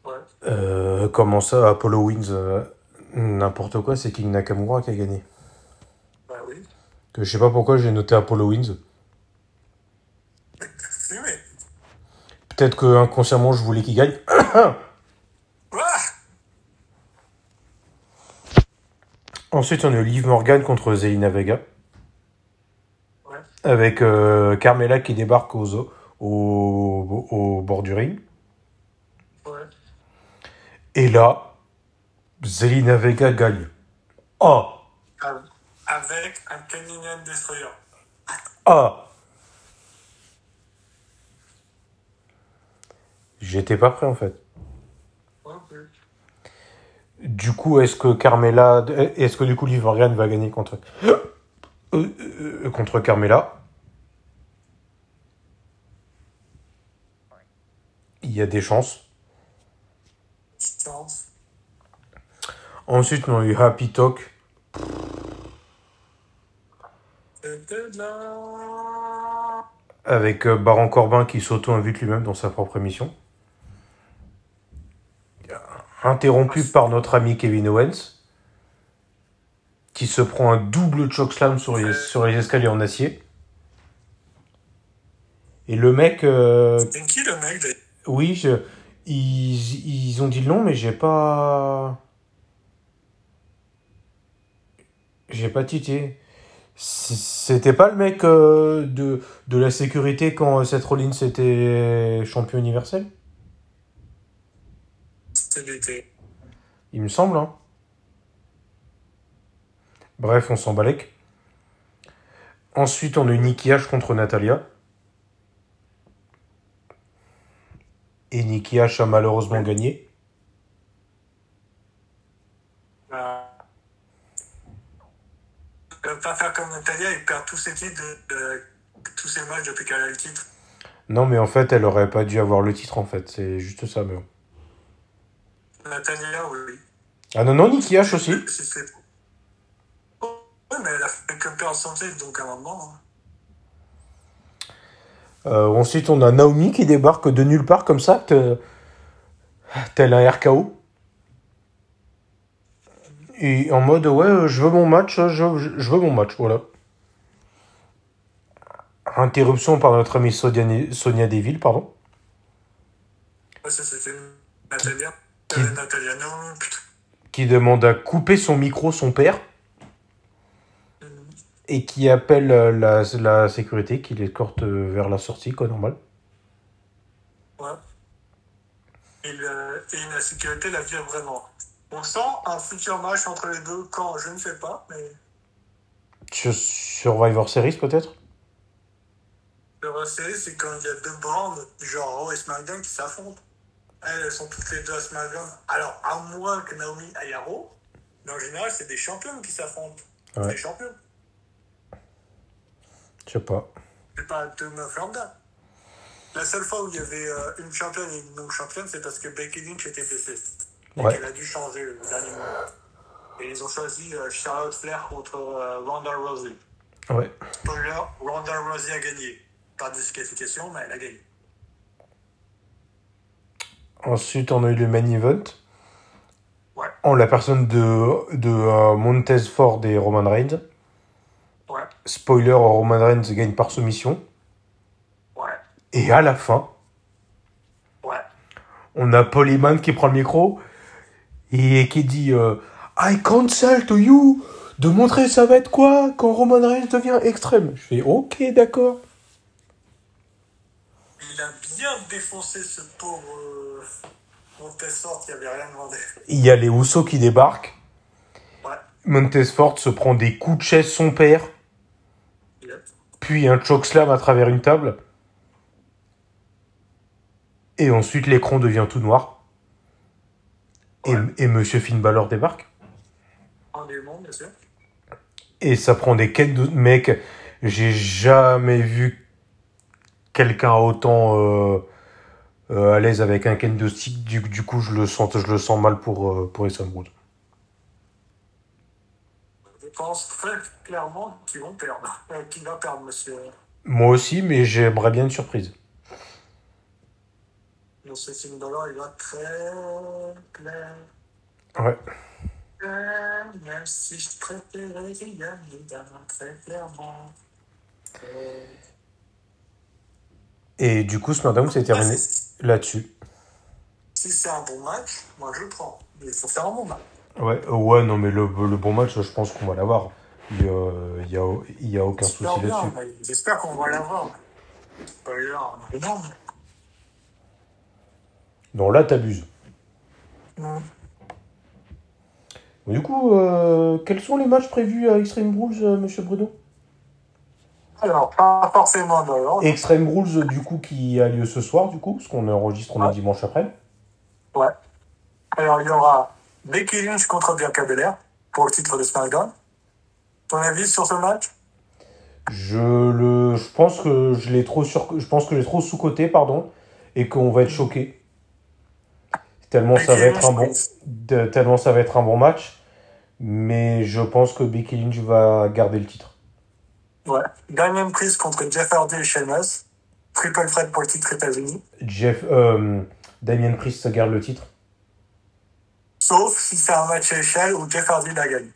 Speaker 2: ouais.
Speaker 1: Euh, comment ça, Apollo wins euh, N'importe quoi, c'est King Nakamura qui a gagné.
Speaker 2: Bah oui. *laughs*
Speaker 1: Que je sais pas pourquoi j'ai noté Apollo wins.
Speaker 2: Fumé.
Speaker 1: Peut-être que inconsciemment je voulais qu'il gagne.
Speaker 2: Ouah
Speaker 1: Ensuite, on a eu Liv Morgan contre Zelina Vega
Speaker 2: ouais.
Speaker 1: avec euh, Carmela qui débarque aux, au, au bord du ring.
Speaker 2: Ouais.
Speaker 1: Et là, Zelina Vega gagne. Ah!
Speaker 2: Ah, Avec un Canadian Destroyer.
Speaker 1: Ah J'étais pas prêt en fait.
Speaker 2: Ouais, ouais.
Speaker 1: Du coup, est-ce que Carmela. Est-ce que du coup Liv Morgan va gagner contre. Euh, euh, euh, contre Carmela Il y a des chances.
Speaker 2: Je pense.
Speaker 1: Ensuite, on a eu Happy Talk.
Speaker 2: C'était de la...
Speaker 1: avec euh, Baron Corbin qui s'auto-invite lui-même dans sa propre émission. Interrompu par notre ami Kevin Owens, qui se prend un double chokeslam sur les, sur les escaliers en acier. Et le mec, euh,
Speaker 2: C'est qui le mec d'ailleurs
Speaker 1: oui, je- ils, ils ont dit le nom, mais j'ai pas. J'ai pas tité. C- C'était pas le mec euh, de, de la sécurité quand Seth Rollins était champion universel
Speaker 2: C'était l'été.
Speaker 1: Il me semble. Hein. Bref, on s'en balèque. Ensuite, on a eu Nikki H contre Natalia. Et Nikki H a malheureusement gagné.
Speaker 2: Euh, euh, pas faire comme Natalia et perdre tous ses titres, de- de- tous ses matchs depuis qu'elle a le titre.
Speaker 1: Non, mais en fait, elle aurait pas dû avoir le titre, en fait. C'est juste ça, mais bon.
Speaker 2: Natalia, oui.
Speaker 1: Ah non, non, Nikki H aussi.
Speaker 2: Si c'est- Oui, mais elle a fait que perdre son titre, donc à un moment. hein.
Speaker 1: Euh, ensuite, on a Naomi qui débarque de nulle part, comme ça, te- tel un RKO. Et en mode, ouais, euh, je veux mon match, euh, je, je- je veux mon match, voilà. Interruption par notre amie Sonia, Sonia Deville, pardon.
Speaker 2: Ouais, ça, c'était Natalia.
Speaker 1: Qui-
Speaker 2: Euh, Natalia, non, putain.
Speaker 1: qui demande à couper son micro, son père, et qui appelle euh, la, la sécurité, qui l'escorte euh, vers la sortie, quoi, normal.
Speaker 2: Ouais. Et, le- et la sécurité la vire vraiment. On sent un futur match entre les deux quand je ne sais pas, mais
Speaker 1: Sur Survivor Series, peut-être
Speaker 2: le recel, c'est quand il y a deux bandes, genre Raw et SmackDown, qui s'affrontent. Elles, elles sont toutes les deux à SmackDown. Alors, à moins que Naomi aille à Raw, mais en général, c'est des champions qui s'affrontent.
Speaker 1: Ouais.
Speaker 2: Des champions.
Speaker 1: Je sais pas.
Speaker 2: C'est pas deux meufs lambda. La seule fois où il y avait euh, une championne et une non-championne, c'est parce que Becky Lynch était blessée. Et
Speaker 1: Ouais.
Speaker 2: qu'elle a dû changer le dernier moment. Et ils ont choisi euh, Charlotte Flair contre euh, Ronda Rousey.
Speaker 1: Ouais.
Speaker 2: Spoiler, Ronda Rousey a gagné. Par disqualification, mais elle a gagné.
Speaker 1: Ensuite, on a eu le main event.
Speaker 2: Ouais.
Speaker 1: En la personne de, de euh, Montez Ford et Roman Reigns.
Speaker 2: Ouais,
Speaker 1: Spoiler, Roman Reigns gagne par soumission.
Speaker 2: ouais,
Speaker 1: Et à la fin,
Speaker 2: ouais.
Speaker 1: on a Paul Heyman qui prend le micro et qui dit euh, I cancel to you de montrer ça va être quoi quand Roman Reigns devient extrême. Je fais ok d'accord.
Speaker 2: Il a bien défoncé ce pauvre euh, Montessor qui avait rien demandé.
Speaker 1: Il y a les Housseaux qui débarquent.
Speaker 2: Ouais,
Speaker 1: Montesford se prend des coups de chaise son père,
Speaker 2: il a-
Speaker 1: puis un chokeslam à travers une table. Et ensuite l'écran devient tout noir. Et,
Speaker 2: Ouais.
Speaker 1: et Monsieur Finn Balor débarque.
Speaker 2: en démon, bien sûr.
Speaker 1: Et ça prend des quêtes de... Mec, j'ai jamais vu quelqu'un autant euh, euh, à l'aise avec un Ken de stick. Du, du coup, je le sens, je le sens mal pour, euh, pour Essam Wood.
Speaker 2: Je pense très clairement qu'ils vont perdre. Euh, qu'il va perdre, monsieur.
Speaker 1: Moi aussi, mais j'aimerais bien une surprise.
Speaker 2: Monsieur Singdolor, il va très clair.
Speaker 1: Ouais.
Speaker 2: Même si je préférais gagner d'un très clairement. Euh,
Speaker 1: Et du coup, SmackDown s'est terminé
Speaker 2: bah, si
Speaker 1: là-dessus.
Speaker 2: si c'est un bon match, moi je le prends. Mais il faut faire un bon match.
Speaker 1: Ouais, euh, ouais, non, mais le, le bon match, je pense qu'on va l'avoir. Il n'y a, il y a- il y a aucun
Speaker 2: J'espère
Speaker 1: souci
Speaker 2: bien,
Speaker 1: là-dessus.
Speaker 2: mais j'espère qu'on va l'avoir. Spoiler, énorme.
Speaker 1: Non, là, t'abuses.
Speaker 2: Non.
Speaker 1: Du coup, euh, quels sont les matchs prévus à Extreme Rules, euh, Monsieur Bruno
Speaker 2: Alors, pas forcément dans l'ordre.
Speaker 1: Extreme Rules, euh, du coup, qui a lieu ce soir, du coup, parce qu'on enregistre, on est
Speaker 2: Ouais.
Speaker 1: dimanche après.
Speaker 2: Ouais. Alors, il y aura Becky Lynch contre Bianca Belair pour le titre de SmackDown. Ton avis sur ce match
Speaker 1: Je le, je pense que je l'ai trop sur, je pense que j'ai trop sous coté, pardon, et qu'on va être choqué. Tellement
Speaker 2: Ah,
Speaker 1: ça va être un bon, de- tellement ça va être un bon match, mais je pense que Becky Lynch va garder le titre.
Speaker 2: Ouais. Damian Priest contre Jeff Hardy et Sheamus. Triple threat pour le titre États-Unis.
Speaker 1: Jeff, euh, Damien Priest garde le titre.
Speaker 2: Sauf si c'est un match à échelle où Jeff Hardy la gagne.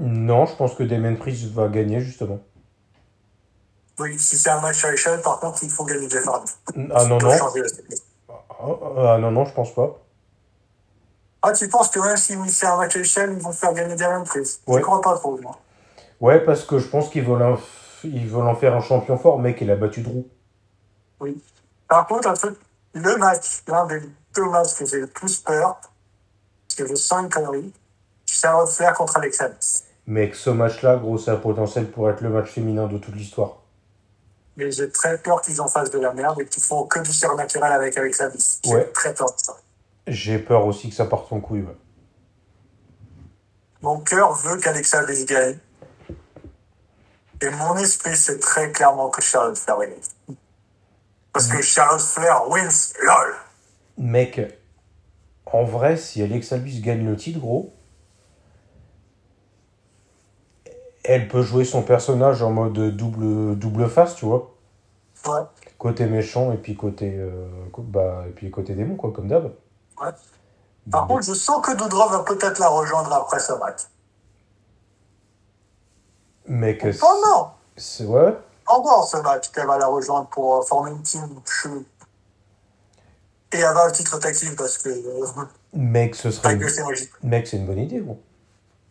Speaker 1: Non, je pense que Damien Priest va gagner justement.
Speaker 2: Oui, si c'est un match à échelle, par contre, il faut gagner Jeff Hardy.
Speaker 1: Ah non
Speaker 2: Ils
Speaker 1: non,
Speaker 2: peuvent changer la technique.
Speaker 1: ah non non, je pense pas.
Speaker 2: Ah, tu penses que même si c'est un match à échelle, ils vont faire gagner Damian Priest
Speaker 1: Ouais.
Speaker 2: Je crois pas trop, moi.
Speaker 1: Ouais, parce que je pense qu'ils veulent, en f- ils veulent en faire un champion fort, mec. Il a battu Drew.
Speaker 2: Oui. Par contre, un truc, le match, l'un des deux matchs que j'ai le plus peur, que j'ai 5 conneries. Charlotte Flair contre Alexa Bliss.
Speaker 1: Mec, ce match-là, gros, ça a le potentiel pour être le match féminin de toute l'histoire.
Speaker 2: Mais j'ai très peur qu'ils en fassent de la merde et qu'ils font que du surnaturel avec Alexa Bliss. J'ai
Speaker 1: Ouais.
Speaker 2: très peur de ça.
Speaker 1: J'ai peur aussi que ça parte en couille. ouais.
Speaker 2: Mon cœur veut qu'Alexa Bliss gagne. Et mon esprit sait très clairement que Charlotte Flair gagne. Parce que Charlotte Flair wins, lol.
Speaker 1: Mec, en vrai, si Alexa Bliss gagne le titre, gros, elle peut jouer son personnage en mode double, double face, tu vois.
Speaker 2: Ouais,
Speaker 1: Côté méchant et puis côté, euh, co- bah, et puis côté démon, quoi, comme d'hab.
Speaker 2: ouais. Par contre, je sens que Doudrov va peut-être la rejoindre après ce match.
Speaker 1: Mec, c'est-
Speaker 2: Oh non
Speaker 1: c'est... Ouais.
Speaker 2: encore ce match qu'elle va la rejoindre pour euh, former une team. Je... Et elle va au titre tag team parce que euh,
Speaker 1: Mec, ce serait...
Speaker 2: parce
Speaker 1: une-
Speaker 2: que c'est logique.
Speaker 1: Mec, c'est une bonne idée, gros.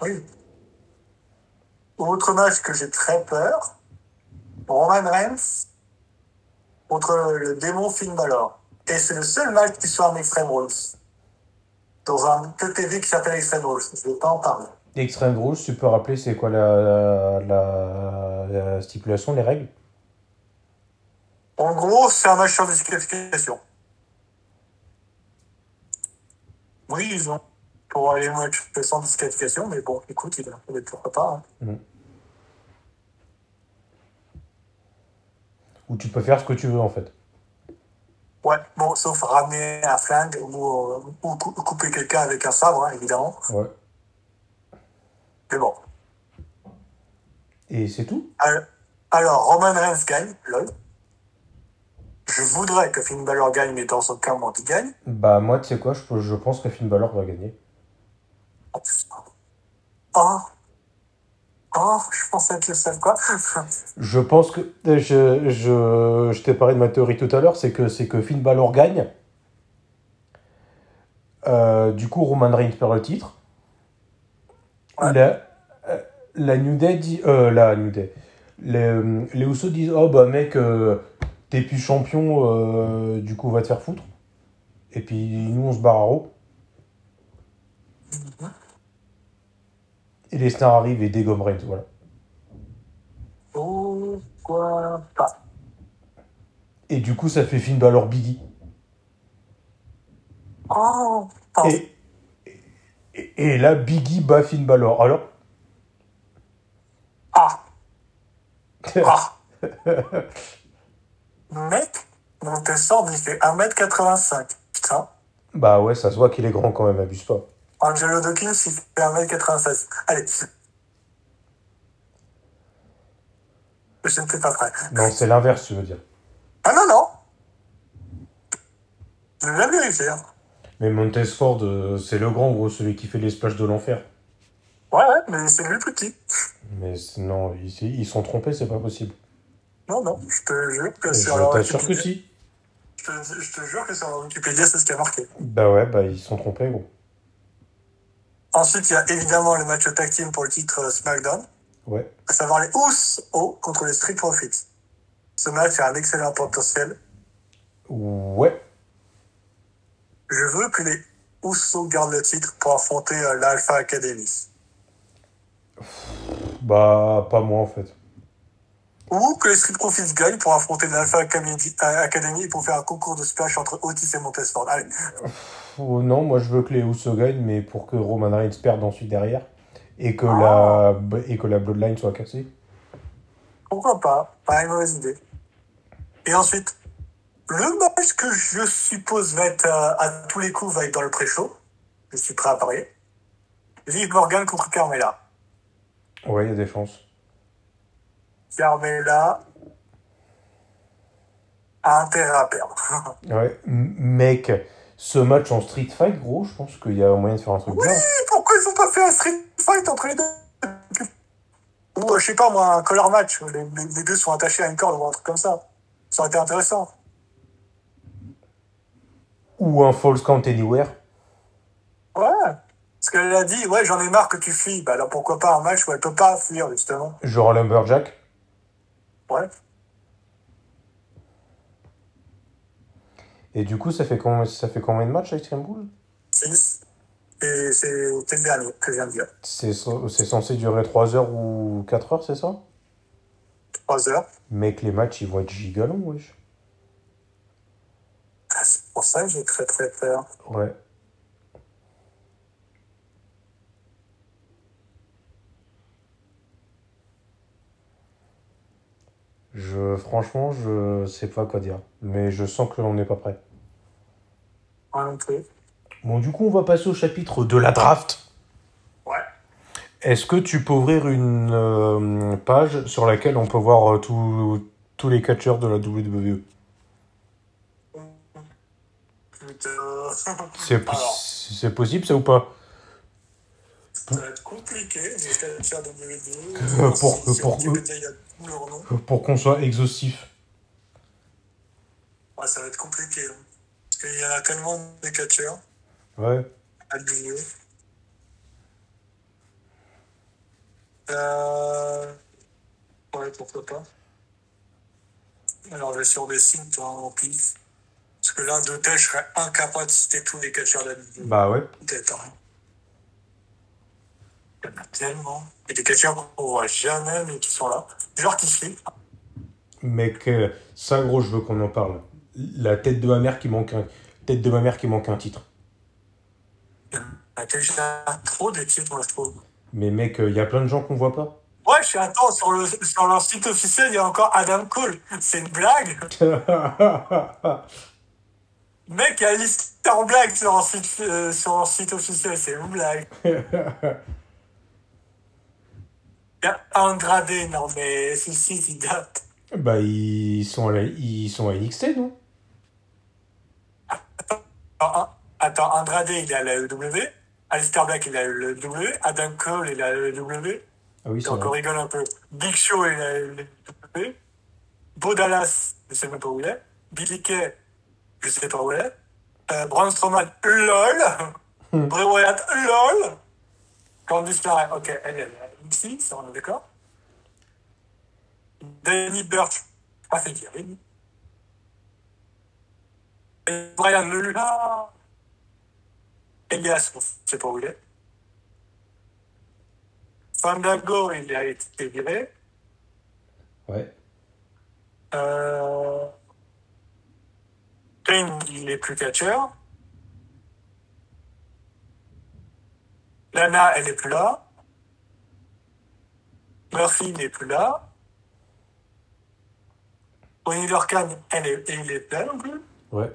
Speaker 2: Oui. Autre match que j'ai très peur, Roman Reigns contre le démon Finn Balor. Et c'est le seul match qui soit en Extreme Rules. Dans un PPV qui s'appelle Extreme Rules. Je ne vais pas en parler.
Speaker 1: Extreme Rules, tu peux rappeler c'est quoi la, la, la stipulation, les règles
Speaker 2: En gros, c'est un match sur disqualification. Oui, ils ont pour aller match sans disqualification, mais bon, écoute, il a fait pourquoi pas. hein.
Speaker 1: Où tu peux faire ce que tu veux, en fait.
Speaker 2: Ouais, bon, sauf ramener un flingue ou, euh, ou cou- couper quelqu'un avec un sabre, hein, évidemment.
Speaker 1: Ouais.
Speaker 2: Mais bon.
Speaker 1: Et c'est tout
Speaker 2: Al- Alors, Roman Reigns gagne, lol. Je voudrais que Finn Balor gagne, mais dans aucun monde il gagne.
Speaker 1: Bah moi, tu sais quoi, je, je pense que Finn Balor va gagner.
Speaker 2: Oh, putain. oh, oh, je pensais être le seul, quoi.
Speaker 1: Je pense que... Je, je, je t'ai parlé de ma théorie tout à l'heure, c'est que, c'est que Finn Balor gagne. Euh, du coup, Roman Reigns perd le titre.
Speaker 2: Ouais.
Speaker 1: La, euh, la New Day dit... euh, la New Day. Les, euh, les Usos disent, oh bah mec, euh, t'es plus champion, euh, du coup, va te faire foutre. Et puis, nous, on se barre à Raw. Et les stars arrivent et dégomment Reigns, voilà.
Speaker 2: *laughs* Pourquoi pas
Speaker 1: Et du coup, ça fait Finn Balor Biggie.
Speaker 2: Oh, pardon.
Speaker 1: Et, et, et là, Biggie bat Finn Balor. Alors,
Speaker 2: Ah, ah. *laughs* Mec, mon sort il fait 1m85. Putain.
Speaker 1: bah ouais, ça se voit qu'il est grand quand même, abuse pas.
Speaker 2: Angelo Dawkins, il fait 1m96. Allez. Je ne fais pas prêt.
Speaker 1: Non, c'est l'inverse, je veux dire.
Speaker 2: Ah non, non. Je vais vérifier. hein.
Speaker 1: Mais Montesford, euh, c'est le grand, gros, celui qui fait les splashes de l'enfer.
Speaker 2: Ouais, ouais, mais c'est lui le plus petit.
Speaker 1: Mais c'est- non, ils, ils sont trompés, c'est pas possible.
Speaker 2: Non, non, je te jure que
Speaker 1: Je
Speaker 2: sur leur
Speaker 1: t'assure que
Speaker 2: Wikipédia-
Speaker 1: si.
Speaker 2: je te- je te jure que sur leur Wikipédia, c'est ce qui a marqué.
Speaker 1: Bah ouais, bah ils sont trompés, gros.
Speaker 2: Ensuite, il y a évidemment le match tag team pour le titre euh, SmackDown,
Speaker 1: Ouais.
Speaker 2: à savoir les Oussos contre les Street Profits. Ce match a un excellent potentiel.
Speaker 1: Ouais.
Speaker 2: Je veux que les Oussos gardent le titre pour affronter euh, l'Alpha Academy.
Speaker 1: Bah, pas moi, en fait.
Speaker 2: Ou que les Street Profits gagnent pour affronter l'Alpha Academy- euh, Academy et pour faire un concours de splash entre Otis et Montesford. Allez,
Speaker 1: Oh, non, moi, je veux que les Usos gagnent, mais pour que Roman Reigns perde ensuite derrière. Et que, la, et que la Bloodline soit cassée.
Speaker 2: pourquoi pas Pas une mauvaise idée. Et ensuite, le match que je suppose va être euh, à tous les coups va être dans le pré-show. Je suis prêt à parier. Liv Morgan contre Carmela.
Speaker 1: Ouais, il y a des chances.
Speaker 2: Carmela a intérêt à perdre. *laughs*
Speaker 1: Ouais, m- mec, ce match en street fight, gros, je pense qu'il y a moyen de faire un truc
Speaker 2: Oui,
Speaker 1: bien.
Speaker 2: pourquoi ils ont pas fait un street fight entre les deux Ou euh, je sais pas moi, un collar match, les, les- les deux sont attachés à une corde ou un truc comme ça. Ça aurait été intéressant.
Speaker 1: Ou un false count anywhere.
Speaker 2: Ouais. Parce qu'elle a dit, ouais, j'en ai marre que tu fuis. Bah alors pourquoi pas un match où elle peut pas fuir, justement.
Speaker 1: Genre un lumberjack.
Speaker 2: Ouais.
Speaker 1: Et du coup, ça fait combien, ça fait combien de matchs à Extreme Rules
Speaker 2: Six. Et c'est c'est le dernier que je viens de dire.
Speaker 1: C'est c'est censé durer 3 heures ou 4 heures, c'est ça
Speaker 2: 3 heures.
Speaker 1: Mec, les matchs, ils vont être gigalons, wesh.
Speaker 2: Ah, C'est pour ça que j'ai très très peur.
Speaker 1: Ouais. Je, franchement, je sais pas quoi dire. Mais je sens que l'on n'est pas prêt.
Speaker 2: Moi non plus.
Speaker 1: Bon, du coup, on va passer au chapitre de la draft.
Speaker 2: Ouais.
Speaker 1: Est-ce que tu peux ouvrir une euh, page sur laquelle on peut voir euh, tous- tous les catcheurs de la E? WWE
Speaker 2: Putain.
Speaker 1: C'est pos-
Speaker 2: Alors.
Speaker 1: c'est possible, ça ou pas
Speaker 2: Ça va être compliqué, j'ai qu'à le faire WWE.
Speaker 1: Euh, pour-
Speaker 2: Si- si
Speaker 1: pour-
Speaker 2: on dit Wikipédia, il y a tout leur nom.
Speaker 1: Euh, Pour qu'on soit exhaustif.
Speaker 2: Ouais, ça va être compliqué. hein. Parce qu'il y en a tellement des catcheurs
Speaker 1: Ouais.
Speaker 2: à WWE. Euh... Ouais, pourquoi pas. Alors, je vais sur des sites hein, en pif. Parce que là, de tête, je serais incapable de citer tous les catcheurs de la WWE.
Speaker 1: Bah ouais.
Speaker 2: Peut-être. hein. Il y en a tellement. Et des catcheurs qu'on voit jamais, mais qui sont là. Genre qui se lient.
Speaker 1: Mais que ça, gros, je veux qu'on en parle. La tête de ma mère qui manque un, tête de ma mère qui manque un titre.
Speaker 2: Il y en a déjà trop des titres, moi, je trouve.
Speaker 1: Mais mec, il y a plein de gens qu'on voit pas. *laughs*
Speaker 2: Ouais, je suis attends, sur, le, sur leur site officiel, il y a encore Adam Cole. C'est une blague. Le Mec, il y a Lister Black sur leur site, euh, sur leur site officiel. C'est une blague. Il y a Andrade. Non, mais ce site, il date.
Speaker 1: bah ils sont à la- ils sont à NXT, non
Speaker 2: Attends, un- Attends, Andrade, il a la EW. Alistair Black, il a le W. Adam Cole, il a le E W.
Speaker 1: Ah oui, c'est
Speaker 2: Donc on
Speaker 1: vrai.
Speaker 2: rigole un peu. Big Show, euh, il a le W. Bo Dallas, je sais même pas où il est. Billy Kay, je sais pas où il est. Euh, Braun Strowman, lol. Bray Wyatt, lol. Candice Larray, ok, elle est là. ici, ça on est d'accord. Danny Burch, ah c'est qui Rémi Et Brian Lula. Elias, on sait pas où il est. Fandango, il a été viré.
Speaker 1: Ouais.
Speaker 2: Euh... Kane, il est plus catcheur. Lana, elle est plus là. Murphy n'est plus là. Tony Lorcan, elle est, il est plus là non plus.
Speaker 1: Ouais.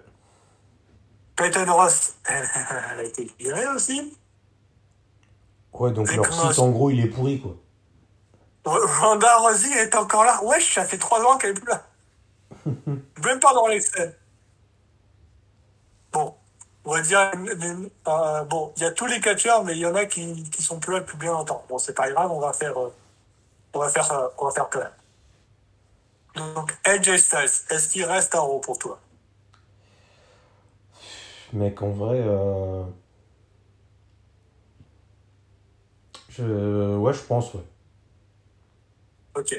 Speaker 2: Peyton Ross, *laughs* elle, a été virée aussi.
Speaker 1: Ouais, donc
Speaker 2: Les
Speaker 1: leur
Speaker 2: Cosmos.
Speaker 1: site en gros, il est pourri quoi.
Speaker 2: *laughs* Ronda Rosie est encore là. Wesh, ça fait trois ans qu'elle est
Speaker 1: *laughs*
Speaker 2: plus là. Même pas dans les scènes. Bon, on va dire. euh, bon, il y a tous les catcheurs, mais il y en a qui, qui sont plus là depuis bien longtemps. Bon, c'est pas grave, on va faire. euh, on va faire. euh, on va faire quand même. Donc, AJ Styles, est-ce qu'il reste un rond pour toi
Speaker 1: Mec, en vrai, euh, je, ouais, je pense, ouais.
Speaker 2: Ok.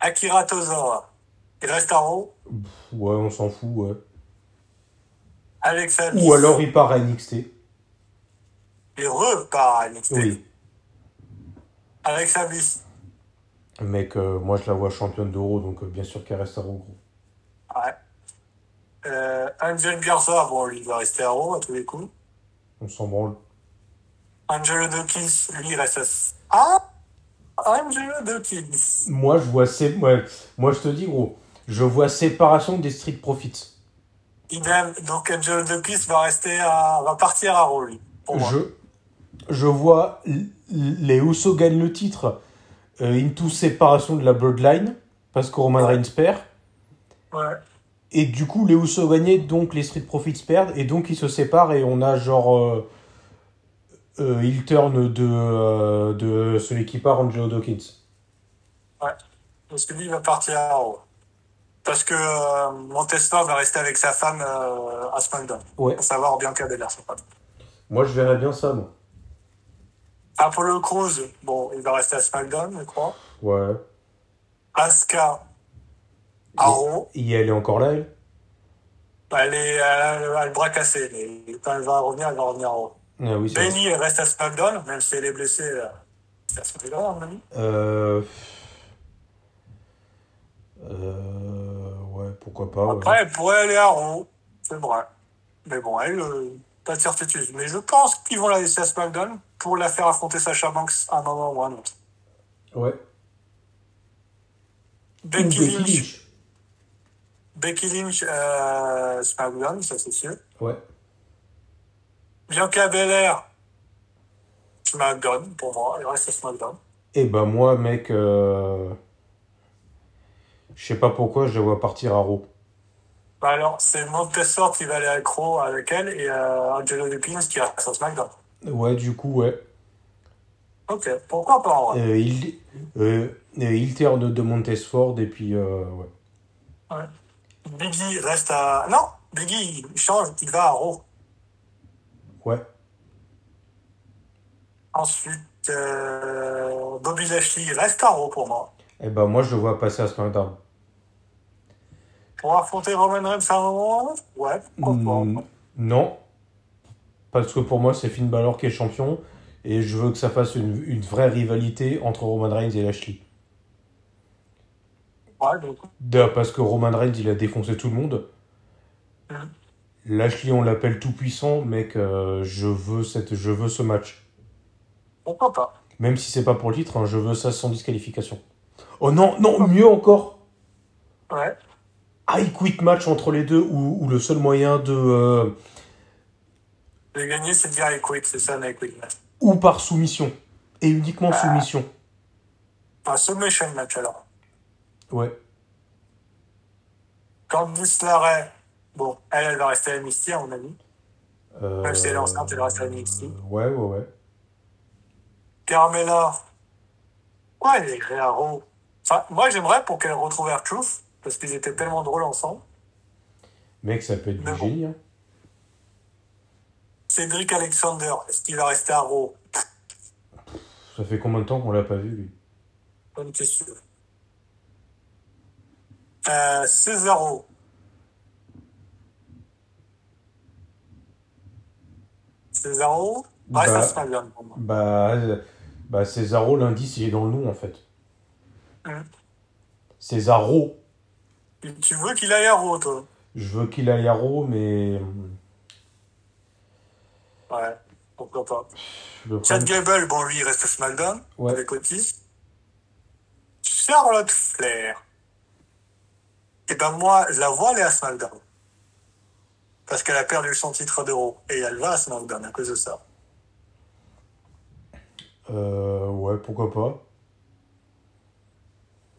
Speaker 2: Akira Tozawa, il reste un rond
Speaker 1: Ouais, on s'en fout, ouais.
Speaker 2: Alexa Bliss,
Speaker 1: Ou alors il part à NXT.
Speaker 2: il repart à NXT.
Speaker 1: Oui.
Speaker 2: Alexa Bliss,
Speaker 1: Mec, euh, moi je la vois championne d'Euro, donc euh, bien sûr qu'elle reste à Raw, gros.
Speaker 2: Ouais. Euh, Angel Garza, bon, lui, il va rester à Raw à tous les coups.
Speaker 1: On s'en branle.
Speaker 2: Angelo Dawkins, lui, il reste à... Ah Angelo Dawkins
Speaker 1: Moi, je vois sé- ouais. Moi, je te dis, gros, je vois séparation des Street Profits.
Speaker 2: Idem, donc Angelo Dawkins va rester à... va partir à Raw, lui. Pour moi.
Speaker 1: je, je vois l- les Usos gagnent le titre euh, into séparation de la Bloodline parce que Roman Reigns perd.
Speaker 2: Ouais.
Speaker 1: Et du coup, les Usos gagnent, donc les Street Profits perdent, et donc ils se séparent, et on a genre. Euh, euh, heel turn de, euh, de celui qui part, Angelo Dawkins.
Speaker 2: Parce que lui, il va partir à Raw. Parce que euh, Montesma va rester avec sa femme euh, à SmackDown.
Speaker 1: Ouais.
Speaker 2: Pour savoir bien qu'elle est là, sa femme.
Speaker 1: Moi, je verrais bien ça, moi.
Speaker 2: Apollo Crews, bon, il va rester à SmackDown, je crois.
Speaker 1: Ouais.
Speaker 2: Asuka, à Raw.
Speaker 1: Et elle est encore là, elle
Speaker 2: Ben, euh, Bah, elle, est, elle, a- elle a le bras cassé, mais quand elle va revenir, elle va revenir en haut.
Speaker 1: Ah oui, c'est vrai.
Speaker 2: Bailey reste à SmackDown, même si elle est blessée. euh, C'est à SmackDown, à mon ami.
Speaker 1: Euh... euh, Ouais, pourquoi pas. ouais.
Speaker 2: Après, elle pourrait aller à Raw, c'est vrai. Mais bon, elle, euh, pas de certitude. Mais je pense qu'ils vont la laisser à SmackDown pour la faire affronter Sasha Banks à un moment ou à un autre.
Speaker 1: Ouais.
Speaker 2: Becky
Speaker 1: Ou Becky
Speaker 2: Lynch,
Speaker 1: Lynch.
Speaker 2: Becky Lynch euh, SmackDown, ça c'est sûr.
Speaker 1: Ouais.
Speaker 2: Bianca Belair, SmackDown, pour moi, elle reste à SmackDown.
Speaker 1: Et ben moi, mec, euh, je sais pas pourquoi je la vois partir à Raw.
Speaker 2: Bah alors, c'est Montessor qui va aller à Crow avec elle et euh, Angelo Dawkins qui reste à SmackDown.
Speaker 1: Ouais, du coup, ouais.
Speaker 2: Ok, pourquoi pas en vrai
Speaker 1: Euh, il, euh, euh, Hilterne de Montesford et puis euh, ouais.
Speaker 2: Ouais. Biggie reste à. Non, Biggie, il change, il va à Raw.
Speaker 1: Ouais.
Speaker 2: Ensuite, euh, Bobby Lashley reste à Raw pour moi.
Speaker 1: Et ben moi, je le vois passer à SmackDown.
Speaker 2: Pour affronter Roman Reigns à un moment ou à un autre Ouais, pourquoi
Speaker 1: Mm,
Speaker 2: pas.
Speaker 1: non. Parce que pour moi, c'est Finn Balor qui est champion et je veux que ça fasse une, une vraie rivalité entre Roman Reigns et Lashley.
Speaker 2: Ouais, donc,
Speaker 1: D'ailleurs, Parce que Roman Reigns, il a défoncé tout le monde.
Speaker 2: Mhm.
Speaker 1: Lashley, on l'appelle tout puissant, mec. euh, je veux cette, je veux ce match.
Speaker 2: pourquoi pas.
Speaker 1: Même si c'est pas pour le titre, hein, je veux ça sans disqualification. Oh non, non, mieux encore,
Speaker 2: Ouais.
Speaker 1: I quit match entre les deux où, où le seul moyen de. euh,
Speaker 2: De gagner, c'est de dire I quit, c'est ça, un I quit match.
Speaker 1: ou par soumission. Et uniquement
Speaker 2: Ah.
Speaker 1: soumission.
Speaker 2: Enfin, submission match alors.
Speaker 1: Ouais.
Speaker 2: Candice Larray, bon, elle, elle va rester à NXT, à mon avis.
Speaker 1: Euh,
Speaker 2: Même si elle est enceinte, elle reste à NXT.
Speaker 1: Ouais, ouais, ouais.
Speaker 2: Carmela, quoi, elle est à Raw Enfin, moi, j'aimerais pour qu'elle retrouve Air Truth, parce qu'ils étaient tellement drôles ensemble.
Speaker 1: Mec, ça peut être
Speaker 2: Mais
Speaker 1: du
Speaker 2: bon.
Speaker 1: génie. hein.
Speaker 2: Cédric Alexander, est-ce qu'il va rester à Raw
Speaker 1: Ça fait combien de temps qu'on l'a pas vu, lui
Speaker 2: Bonne question. Euh, Cesaro. Cesaro reste
Speaker 1: Bah.
Speaker 2: à SmackDown pour moi.
Speaker 1: Bah, euh, bah Césaro, l'indice, il est dans le nom, en fait.
Speaker 2: Mhm.
Speaker 1: Césaro.
Speaker 2: Tu- Tu veux qu'il aille à Raw, toi
Speaker 1: Je veux qu'il aille à Raw, mais.
Speaker 2: Ouais, pourquoi pas.
Speaker 1: Le
Speaker 2: Chad
Speaker 1: problème-
Speaker 2: Gable, bon, lui, il reste à SmackDown
Speaker 1: Ouais.
Speaker 2: avec Otis. Charlotte Flair. Et ben moi, je la vois aller à SmackDown. Parce qu'elle a perdu son titre d'euro. Et elle va à SmackDown à cause de ça.
Speaker 1: Euh, ouais, pourquoi pas.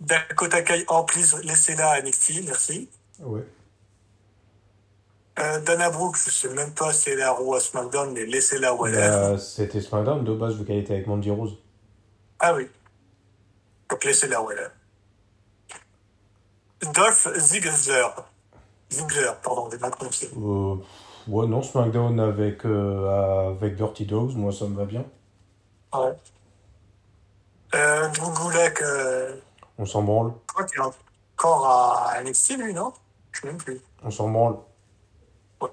Speaker 2: Dakota Kai, en plus, laissez-la à NXT, merci.
Speaker 1: Ouais.
Speaker 2: Euh, Dana Brooke, je sais même pas si elle est à Raw à SmackDown, mais laissez-la où elle est.
Speaker 1: Bah, C'était SmackDown de base, vu qu'elle était avec Mandy Rose.
Speaker 2: Ah oui. Donc laissez-la où elle est. Dolph Ziggler. Ziggler, pardon, j'ai mal prononcé.
Speaker 1: Euh, pff, ouais, non, SmackDown avec, euh, avec Dirty Dogs, moi ça me va bien.
Speaker 2: Ouais. Euh, Drew Gulak, euh,
Speaker 1: On s'en branle,
Speaker 2: quoi qu'il a encore à NXT, lui, non Je sais même plus.
Speaker 1: on s'en branle.
Speaker 2: Ouais.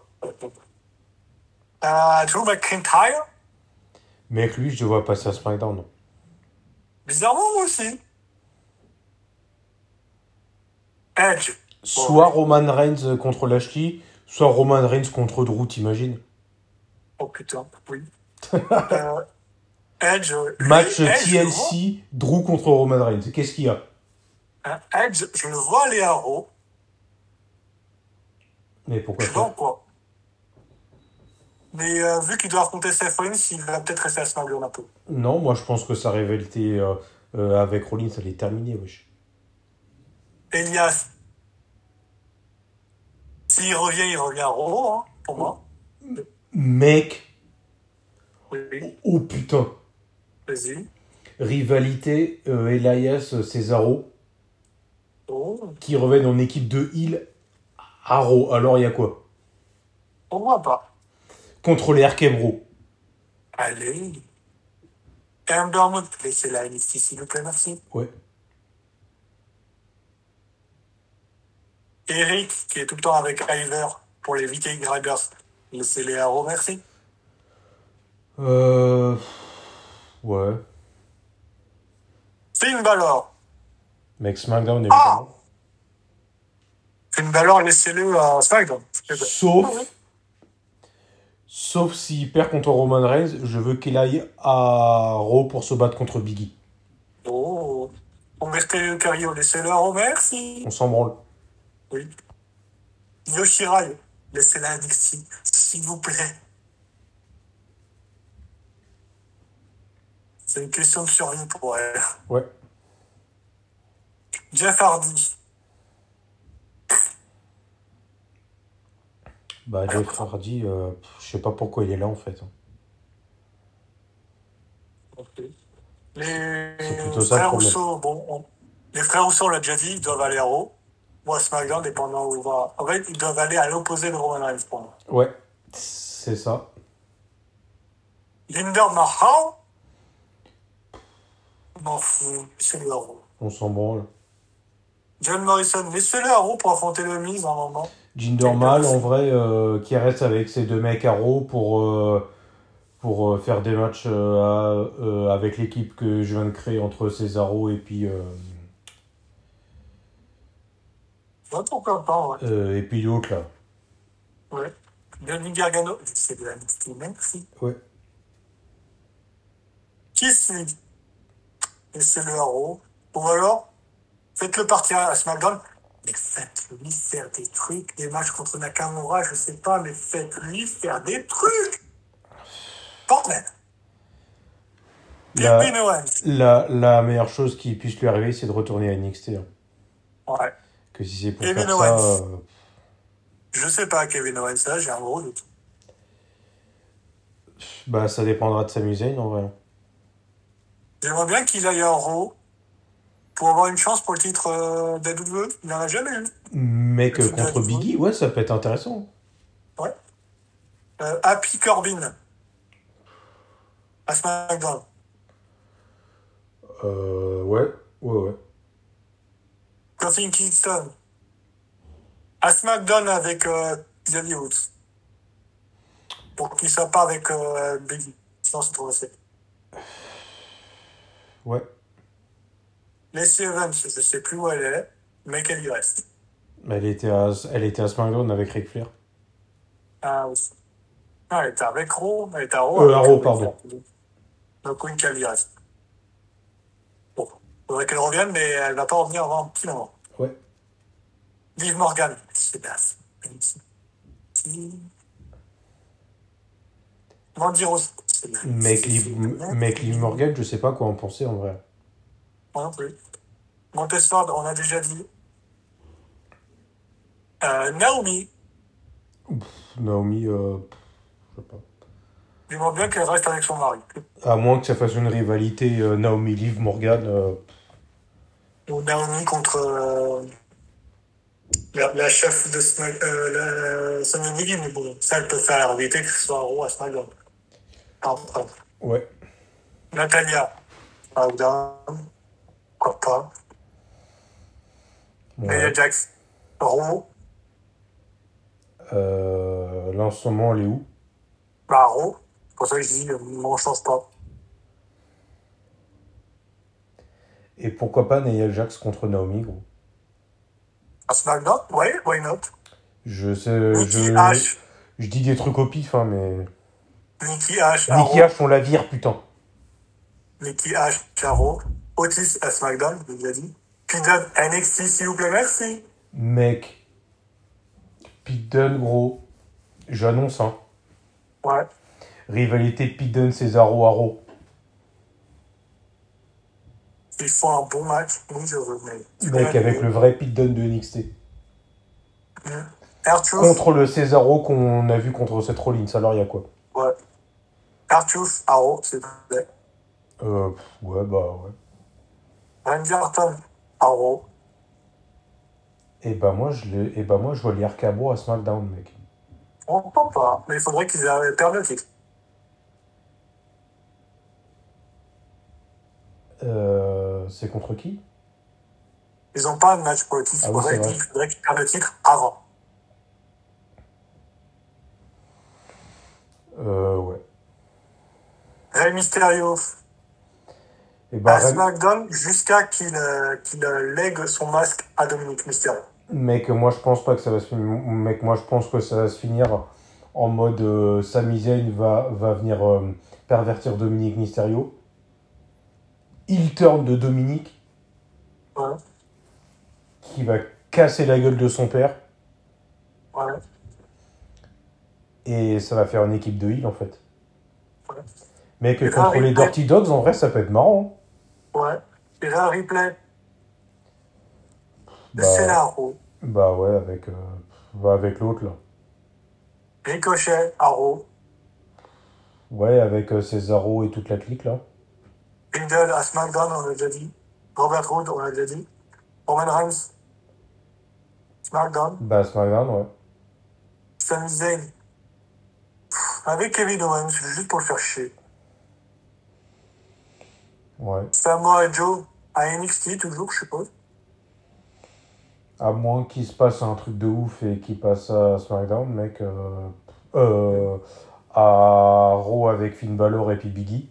Speaker 2: Euh, Drew McIntyre
Speaker 1: Mec, lui, je le vois passer à SmackDown.
Speaker 2: Bizarrement, moi aussi. Edge.
Speaker 1: Soit Roman Reigns euh, contre Lashley, soit Roman Reigns contre Drew, t'imagines
Speaker 2: Oh putain, oui. Euh, Edge. lui,
Speaker 1: Match
Speaker 2: Edge, Eh, je le vois-
Speaker 1: TLC, Drew contre Roman Reigns. Qu'est-ce qu'il y a
Speaker 2: hein, Edge, je le vois aller à Raw.
Speaker 1: Mais pourquoi
Speaker 2: Je
Speaker 1: pas
Speaker 2: vois quoi. Mais euh, vu qu'il doit affronter Seth Rollins, il va peut-être rester à SmackDown un peu.
Speaker 1: Non, moi je pense que sa rivalité euh, euh, avec Rollins, elle est terminée, wesh.
Speaker 2: Elias. S'il revient, il revient à Raw, hein, pour moi.
Speaker 1: Mec,
Speaker 2: Oui,
Speaker 1: oh putain
Speaker 2: vas-y.
Speaker 1: Rivalité euh, Elias Cesaro
Speaker 2: Oh,
Speaker 1: qui reviennent en équipe de Hill à Raw. Alors il y a quoi
Speaker 2: pourquoi pas
Speaker 1: contre les Arkebro.
Speaker 2: Allez. Amber Moon, laissez-la NXT, s'il vous plaît, merci.
Speaker 1: Ouais.
Speaker 2: Eric, qui est tout le temps avec Iver pour les Viking Riders, laissez-les à Raw, merci.
Speaker 1: Euh... Ouais.
Speaker 2: Finn Balor.
Speaker 1: Mec, SmackDown,
Speaker 2: Ah
Speaker 1: évidemment.
Speaker 2: Finn Balor, laissez-le à SmackDown. Eh ben,
Speaker 1: Sauf... Sauf s'il perd contre Roman Reigns, je veux qu'il aille à Raw pour se battre contre Biggie.
Speaker 2: Oh. Humberto Cario, laissez-le à Homer, si.
Speaker 1: On s'en branle.
Speaker 2: Oui. Yoshirai, laissez-le à NXT, s'il vous plaît. C'est une question de survie pour elle.
Speaker 1: Ouais.
Speaker 2: Jeff Hardy,
Speaker 1: Bah, Jeff Hardy, euh, pff, je sais pas pourquoi il est là, en fait.
Speaker 2: les
Speaker 1: C'est plutôt ça le
Speaker 2: frères
Speaker 1: problème.
Speaker 2: Rousseau, bon, on- les frères Rousseau, on l'a déjà dit, ils doivent aller à Raw ou à SmackDown, dépendant où on va. En fait, ils doivent aller à l'opposé de Roman Reigns pour moi.
Speaker 1: Ouais, c'est ça.
Speaker 2: Jinder Mahal, je m'en fous, c'est le Raw.
Speaker 1: On s'en branle.
Speaker 2: John Morrison, laissez-le à Raw pour affronter le Miz à un moment.
Speaker 1: Jinder Mahal, en vrai, euh, qui reste avec ses deux mecs à Raw pour, euh, pour euh, faire des matchs euh, à- euh, avec l'équipe que je viens de créer entre Cesaro et puis, euh,
Speaker 2: Ouais, pourquoi pas, ouais.
Speaker 1: euh, et puis l'autre, là.
Speaker 2: ouais. Johnny Gargano, c'est de la NXT, merci.
Speaker 1: Ouais.
Speaker 2: Qui suit Laissez-le à Raw. Ou alors, faites-le partir à SmackDown. Mais faites-lui faire des trucs, des matchs contre Nakamura, je sais pas, mais faites-lui faire des trucs Portman,
Speaker 1: La,
Speaker 2: Kevin Owens.
Speaker 1: la, la meilleure chose qui puisse lui arriver, c'est de retourner à NXT. hein.
Speaker 2: Ouais.
Speaker 1: Que si c'est pour
Speaker 2: Kevin
Speaker 1: faire ça...
Speaker 2: Owens.
Speaker 1: euh,
Speaker 2: Je sais pas, Kevin Owens, là, j'ai un gros doute.
Speaker 1: bah, ça dépendra de Sami Zayn, en vrai. hein.
Speaker 2: J'aimerais bien qu'il aille à Raw pour avoir une chance pour le titre euh, de la WWE. Il n'en a jamais eu.
Speaker 1: Mec, euh,
Speaker 2: Tu dois
Speaker 1: contre
Speaker 2: dire-
Speaker 1: Biggie, ouais, ça peut être intéressant.
Speaker 2: Ouais. Euh, Happy Corbin à SmackDown.
Speaker 1: Euh, ouais, ouais, ouais.
Speaker 2: Kofi Kingston à SmackDown avec euh, Xavier Woods. Pour qu'il soit pas avec euh, Biggie. Sinon, c'est trop facile.
Speaker 1: Ouais.
Speaker 2: Lacey Evans, je sais plus où elle est, mais qu'elle y reste.
Speaker 1: Elle était à, elle était à SmackDown avec Ric Flair.
Speaker 2: Ah oui. Non, elle était avec Raw, elle était à Raw.
Speaker 1: Euh,
Speaker 2: avec
Speaker 1: à Raw,
Speaker 2: Kofi
Speaker 1: pardon.
Speaker 2: Kingston. Donc oui, qu'elle y reste. Bon, faudrait qu'elle revienne, mais elle va pas revenir avant un petit moment.
Speaker 1: Ouais.
Speaker 2: Liv Morgan, c'est basse. Mandy Rose, c'est basse.
Speaker 1: Mec, Liv, mec, Liv Morgan, je sais pas quoi en penser en vrai.
Speaker 2: Moi non plus. Montesford, on a déjà dit. Euh, Naomi,
Speaker 1: Naomi, euh, pff, je sais pas.
Speaker 2: je vois bien qu'elle reste avec son mari.
Speaker 1: À moins que ça fasse une rivalité euh, Naomi Liv Morgan. euh,
Speaker 2: Ou Naomi contre euh, la, la chef de Smack, euh, la Sonia Deville, mais bon, ça, elle peut faire la réalité que ce soit à Raw à SmackDown. Pardon, pardon.
Speaker 1: ouais.
Speaker 2: Natalia, Rauda, pourquoi pas. Nia
Speaker 1: ouais.
Speaker 2: Jax, Raw,
Speaker 1: Euh, là en ce moment, elle est où
Speaker 2: bah Raw. C'est pour ça que je dis, euh, on change pas.
Speaker 1: Et pourquoi pas Nia Jax contre Naomi gros.
Speaker 2: À SmackDown, ouais, why not.
Speaker 1: Je sais,
Speaker 2: Nikki
Speaker 1: Euh, ah, je,
Speaker 2: H,
Speaker 1: je dis des trucs au pif, hein, mais.
Speaker 2: Nikki H, à
Speaker 1: Nikki
Speaker 2: Raw.
Speaker 1: H, on la vire, putain.
Speaker 2: Nikki H, à Raw. Otis à SmackDown, je vous l'ai dit. Pidan, NXT, s'il vous plaît, merci.
Speaker 1: Mec, Pete Dunne, gros, j'annonce, hein.
Speaker 2: Ouais.
Speaker 1: Rivalité Pete Dunne, Cesaro, Haro.
Speaker 2: Il faut un bon match. Oui, je veux, mais. tu
Speaker 1: Mec,
Speaker 2: peux
Speaker 1: avec le vrai Pete Dunne de NXT.
Speaker 2: Arthur,
Speaker 1: Contre le Cesaro qu'on a vu contre cette Rollins, alors il y a quoi
Speaker 2: ouais. Arthur, à Raw, s'il vous plaît.
Speaker 1: euh, pff, Ouais, bah ouais.
Speaker 2: Randy Orton, à Raw.
Speaker 1: Et bah moi, je, l'ai- eh bah, moi, je vois les Arcabos à SmackDown, mec.
Speaker 2: On ne peut pas, mais il faudrait qu'ils aient perdu le titre.
Speaker 1: Euh, c'est contre qui
Speaker 2: Ils n'ont pas un match pour le titre.
Speaker 1: Ah
Speaker 2: Il
Speaker 1: oui, c'est
Speaker 2: faudrait
Speaker 1: vrai.
Speaker 2: qu'ils faudrait qu'ils perdent le titre avant.
Speaker 1: euh, Ouais.
Speaker 2: Rey Mysterio
Speaker 1: Et bah,
Speaker 2: à
Speaker 1: Rey-
Speaker 2: SmackDown jusqu'à qu'il euh, qu'il, euh, lègue son masque à Dominique Mysterio.
Speaker 1: Mec, moi je pense pas que ça va se finir. Mec, moi je pense que ça va se finir en mode euh, Sami Zayn va, va venir euh, pervertir Dominique Mysterio. Il turn de Dominique
Speaker 2: Ouais,
Speaker 1: qui va casser la gueule de son père
Speaker 2: ouais.
Speaker 1: et ça va faire une équipe de heal en fait.
Speaker 2: Ouais.
Speaker 1: Mais que
Speaker 2: Et
Speaker 1: contre
Speaker 2: Harry
Speaker 1: les
Speaker 2: Potter.
Speaker 1: Dirty Dogs, en vrai, ça peut être marrant. hein.
Speaker 2: Ouais. Et là, replay,
Speaker 1: Bah,
Speaker 2: Cena-Arrow,
Speaker 1: bah ouais, avec, euh, bah, avec l'autre là.
Speaker 2: Ricochet, Arrow,
Speaker 1: Ouais, avec euh, Cesaro et toute la clique là.
Speaker 2: Bindle à SmackDown, on l'a déjà dit. Robert Hood, on l'a déjà dit. Roman Reigns, SmackDown.
Speaker 1: Bah, SmackDown, ouais.
Speaker 2: Sami Zayn, Pff, avec Kevin Owens, juste pour le faire chier.
Speaker 1: Ouais.
Speaker 2: Samoa Joe, à NXT, toujours, je suppose.
Speaker 1: À moins qu'il se passe un truc de ouf et qu'il passe à SmackDown, mec. euh, euh, à Raw avec Finn Balor et puis Biggie.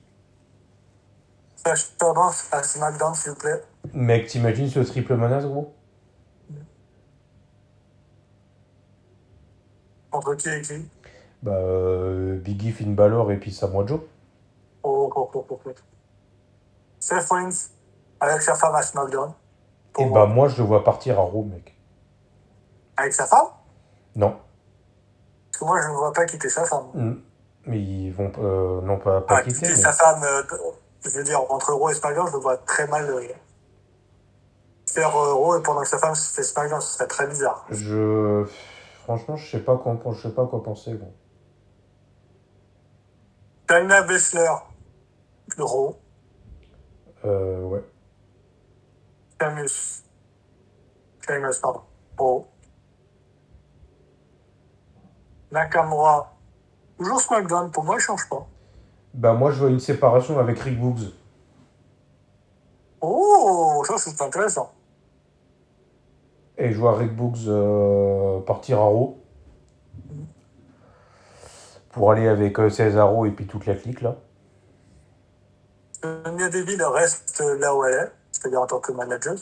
Speaker 2: Sasha Banks à SmackDown, s'il vous plaît.
Speaker 1: Mec, t'imagines ce triple menace, gros
Speaker 2: Entre qui et qui
Speaker 1: Bah, euh, Biggie, Finn Balor et puis Samoa Joe.
Speaker 2: Oh, oh, oh, oh, oh. Seth Rollins, avec sa femme à SmackDown.
Speaker 1: Et bah, moi, je le vois partir à Raw, mec.
Speaker 2: Avec sa femme
Speaker 1: Non.
Speaker 2: Parce que moi, je ne vois pas quitter sa femme.
Speaker 1: Mm. Mais ils vont. euh, non, pas, pas
Speaker 2: Ah,
Speaker 1: quitter,
Speaker 2: quitter
Speaker 1: mais-
Speaker 2: sa femme, euh, je veux dire, entre Raw et SmackDown, je le vois très mal euh, faire euh, Raw et pendant que sa femme fait SmackDown, ce serait très bizarre.
Speaker 1: Je. Franchement, je sais pas quoi, je sais pas quoi penser, gros.
Speaker 2: Dana Bessler, Raw,
Speaker 1: Euh, ouais.
Speaker 2: Camus, Camus, pardon, Raw, Nakamura, toujours SmackDown, pour moi, il change pas.
Speaker 1: Bah, moi, je vois une séparation avec Rick Boogs.
Speaker 2: Oh, ça c'est intéressant.
Speaker 1: Et je vois Rick Books euh, partir à Raw pour aller avec euh, Cesaro et puis toute la clique là.
Speaker 2: Sonia Deville reste là où elle est, c'est-à-dire en tant que manager.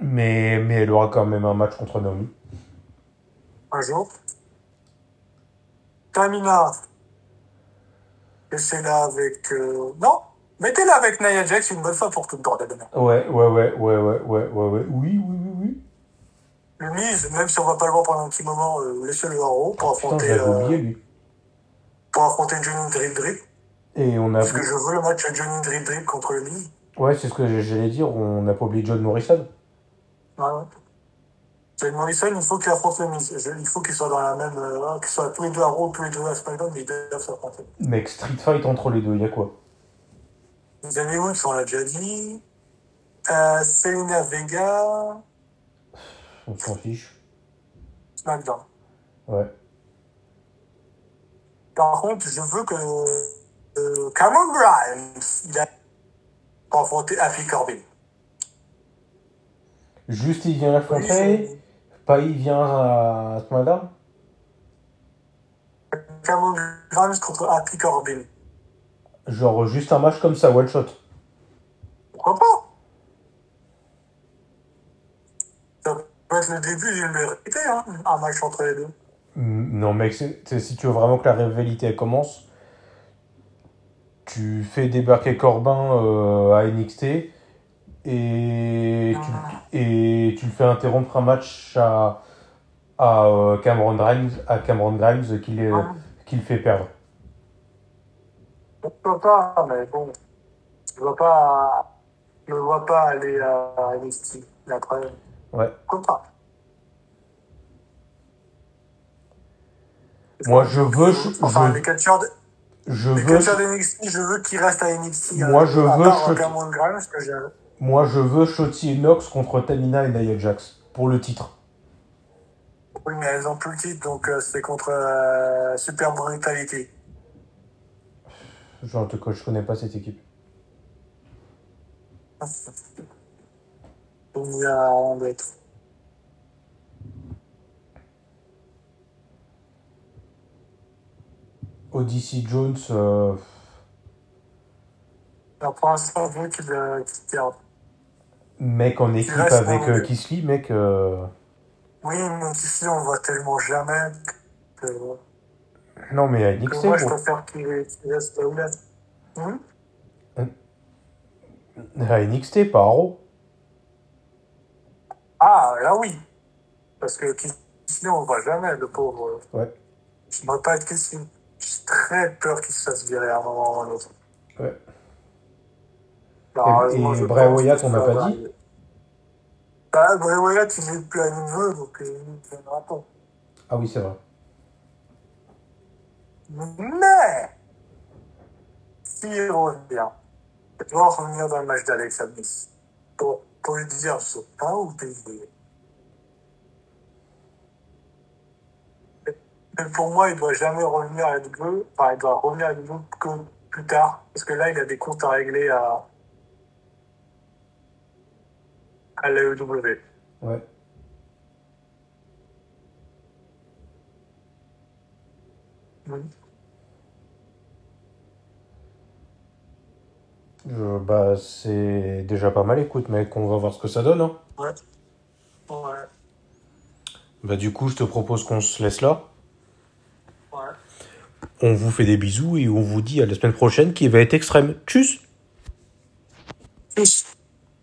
Speaker 1: Mais, mais elle aura quand même un match contre Naomi.
Speaker 2: un jour. Tamina, laissez-la avec. euh, Non, mettez-la avec Nia Jax une bonne fois pour toutes, bordel de merde.
Speaker 1: Ouais, ouais, ouais, ouais, ouais, ouais, ouais, ouais. Oui, oui, oui, oui.
Speaker 2: Le Miz, même si on va pas le voir pendant un petit moment, euh, laissez-le en haut pour
Speaker 1: Putain, je
Speaker 2: affronter,
Speaker 1: l'avais
Speaker 2: euh,
Speaker 1: oublié lui.
Speaker 2: pour affronter Johnny Drip Drip.
Speaker 1: Et on a.
Speaker 2: Parce que je veux le match Johnny Drip Drip contre le Miz.
Speaker 1: Ouais, c'est ce que j'allais dire. On n'a pas oublié John Morrison.
Speaker 2: Ouais, ouais. John Morrison, il faut qu'il affronte le Miz. Je- il faut qu'il soit dans la même. euh, qu'il soit tous les deux à Raw, tous les deux à SmackDown, mais ils doivent s'affronter.
Speaker 1: Mec, Street Fight entre les deux, il y a quoi
Speaker 2: Xavier Woods, on l'a déjà dit. Euh, Selena Vega,
Speaker 1: On s'en fiche.
Speaker 2: SmackDown.
Speaker 1: Ouais.
Speaker 2: Par contre, je veux que euh, Cameron Grimes, il a confronté Happy Corbin.
Speaker 1: Juste, il vient à l'affronter. Pas, il vient à SmackDown.
Speaker 2: Cameron Grimes contre Happy Corbin.
Speaker 1: Genre, juste un match comme ça, one shot.
Speaker 2: Pourquoi pas Ça peut être le début d'une vérité, hein, un match entre les deux.
Speaker 1: Mm, Non, mec, c'est- c'est- si tu veux vraiment que la rivalité elle commence, tu fais débarquer Corbin euh, à NXT et
Speaker 2: Ah.
Speaker 1: tu, et tu le fais interrompre un match à, à, euh, Cameron Grimes, à Cameron Grimes euh, qui, le- qui le fait perdre.
Speaker 2: Pourquoi pas, mais bon, je vois pas, je le vois pas aller à NXT. Mais après,
Speaker 1: Ouais.
Speaker 2: pourquoi pas
Speaker 1: Moi, je veux, je,
Speaker 2: Enfin,
Speaker 1: je-
Speaker 2: les catcheurs de-
Speaker 1: je
Speaker 2: Les
Speaker 1: veux,
Speaker 2: catcheurs de NXT, je veux qu'ils restent à NXT.
Speaker 1: Moi, je
Speaker 2: à
Speaker 1: veux
Speaker 2: part, euh,
Speaker 1: que-
Speaker 2: Cameron Grimes, que j'ai-
Speaker 1: moi, je veux Shotzi et Knox contre Tamina et Nia Jax pour le titre.
Speaker 2: Oui, mais elles ont plus le titre, donc euh, c'est contre euh, Super Brutality.
Speaker 1: Genre, en tout cas, je connais pas cette équipe.
Speaker 2: Donc, il y a un bête.
Speaker 1: Odyssey Jones, euh,
Speaker 2: Alors, pour l'instant, vu qu'il euh, qu'il perd.
Speaker 1: Mec en équipe
Speaker 2: reste
Speaker 1: avec
Speaker 2: en-
Speaker 1: euh, Kisly, mec. euh,
Speaker 2: Oui, mais ici, on le voit tellement jamais que, que
Speaker 1: Non, mais à NXT,
Speaker 2: moi, je
Speaker 1: bon.
Speaker 2: préfère qu'il qu'il reste là où il est. Hum
Speaker 1: à NXT, pas à Raw.
Speaker 2: Ah, là, oui. Parce que ici, on le voit jamais, le pauvre.
Speaker 1: Ouais.
Speaker 2: Je ne pas être Kissy. J'ai très peur qu'il se fasse virer à un moment ou à un autre.
Speaker 1: Ouais.
Speaker 2: Alors,
Speaker 1: Et-
Speaker 2: heureusement,
Speaker 1: et
Speaker 2: je
Speaker 1: Bray
Speaker 2: pense
Speaker 1: Wyatt,
Speaker 2: que
Speaker 1: on n'a
Speaker 2: ça
Speaker 1: pas
Speaker 2: va
Speaker 1: dit
Speaker 2: arriver. Bah, Bray Wyatt, il est plus à nouveau, donc euh, il viendra pas.
Speaker 1: Ah oui, c'est vrai.
Speaker 2: Mais s'il revient, il doit revenir dans le match d'Alex Abnis. Pour, pour lui dire, je sais pas où t'es. Mais pour moi, il doit jamais revenir à nouveau. Enfin, il doit revenir à nouveau que plus tard. Parce que là, il a des comptes à régler à, à E l'AEW.
Speaker 1: Ouais. Je- bah, c'est déjà pas mal, écoute, mec. On va voir ce que ça donne. hein.
Speaker 2: Ouais. Ouais.
Speaker 1: Bah, du coup, je te propose qu'on se laisse là.
Speaker 2: Ouais.
Speaker 1: On vous fait des bisous et on vous dit à la semaine prochaine qui va être extrême. Tchuss!
Speaker 2: Peace.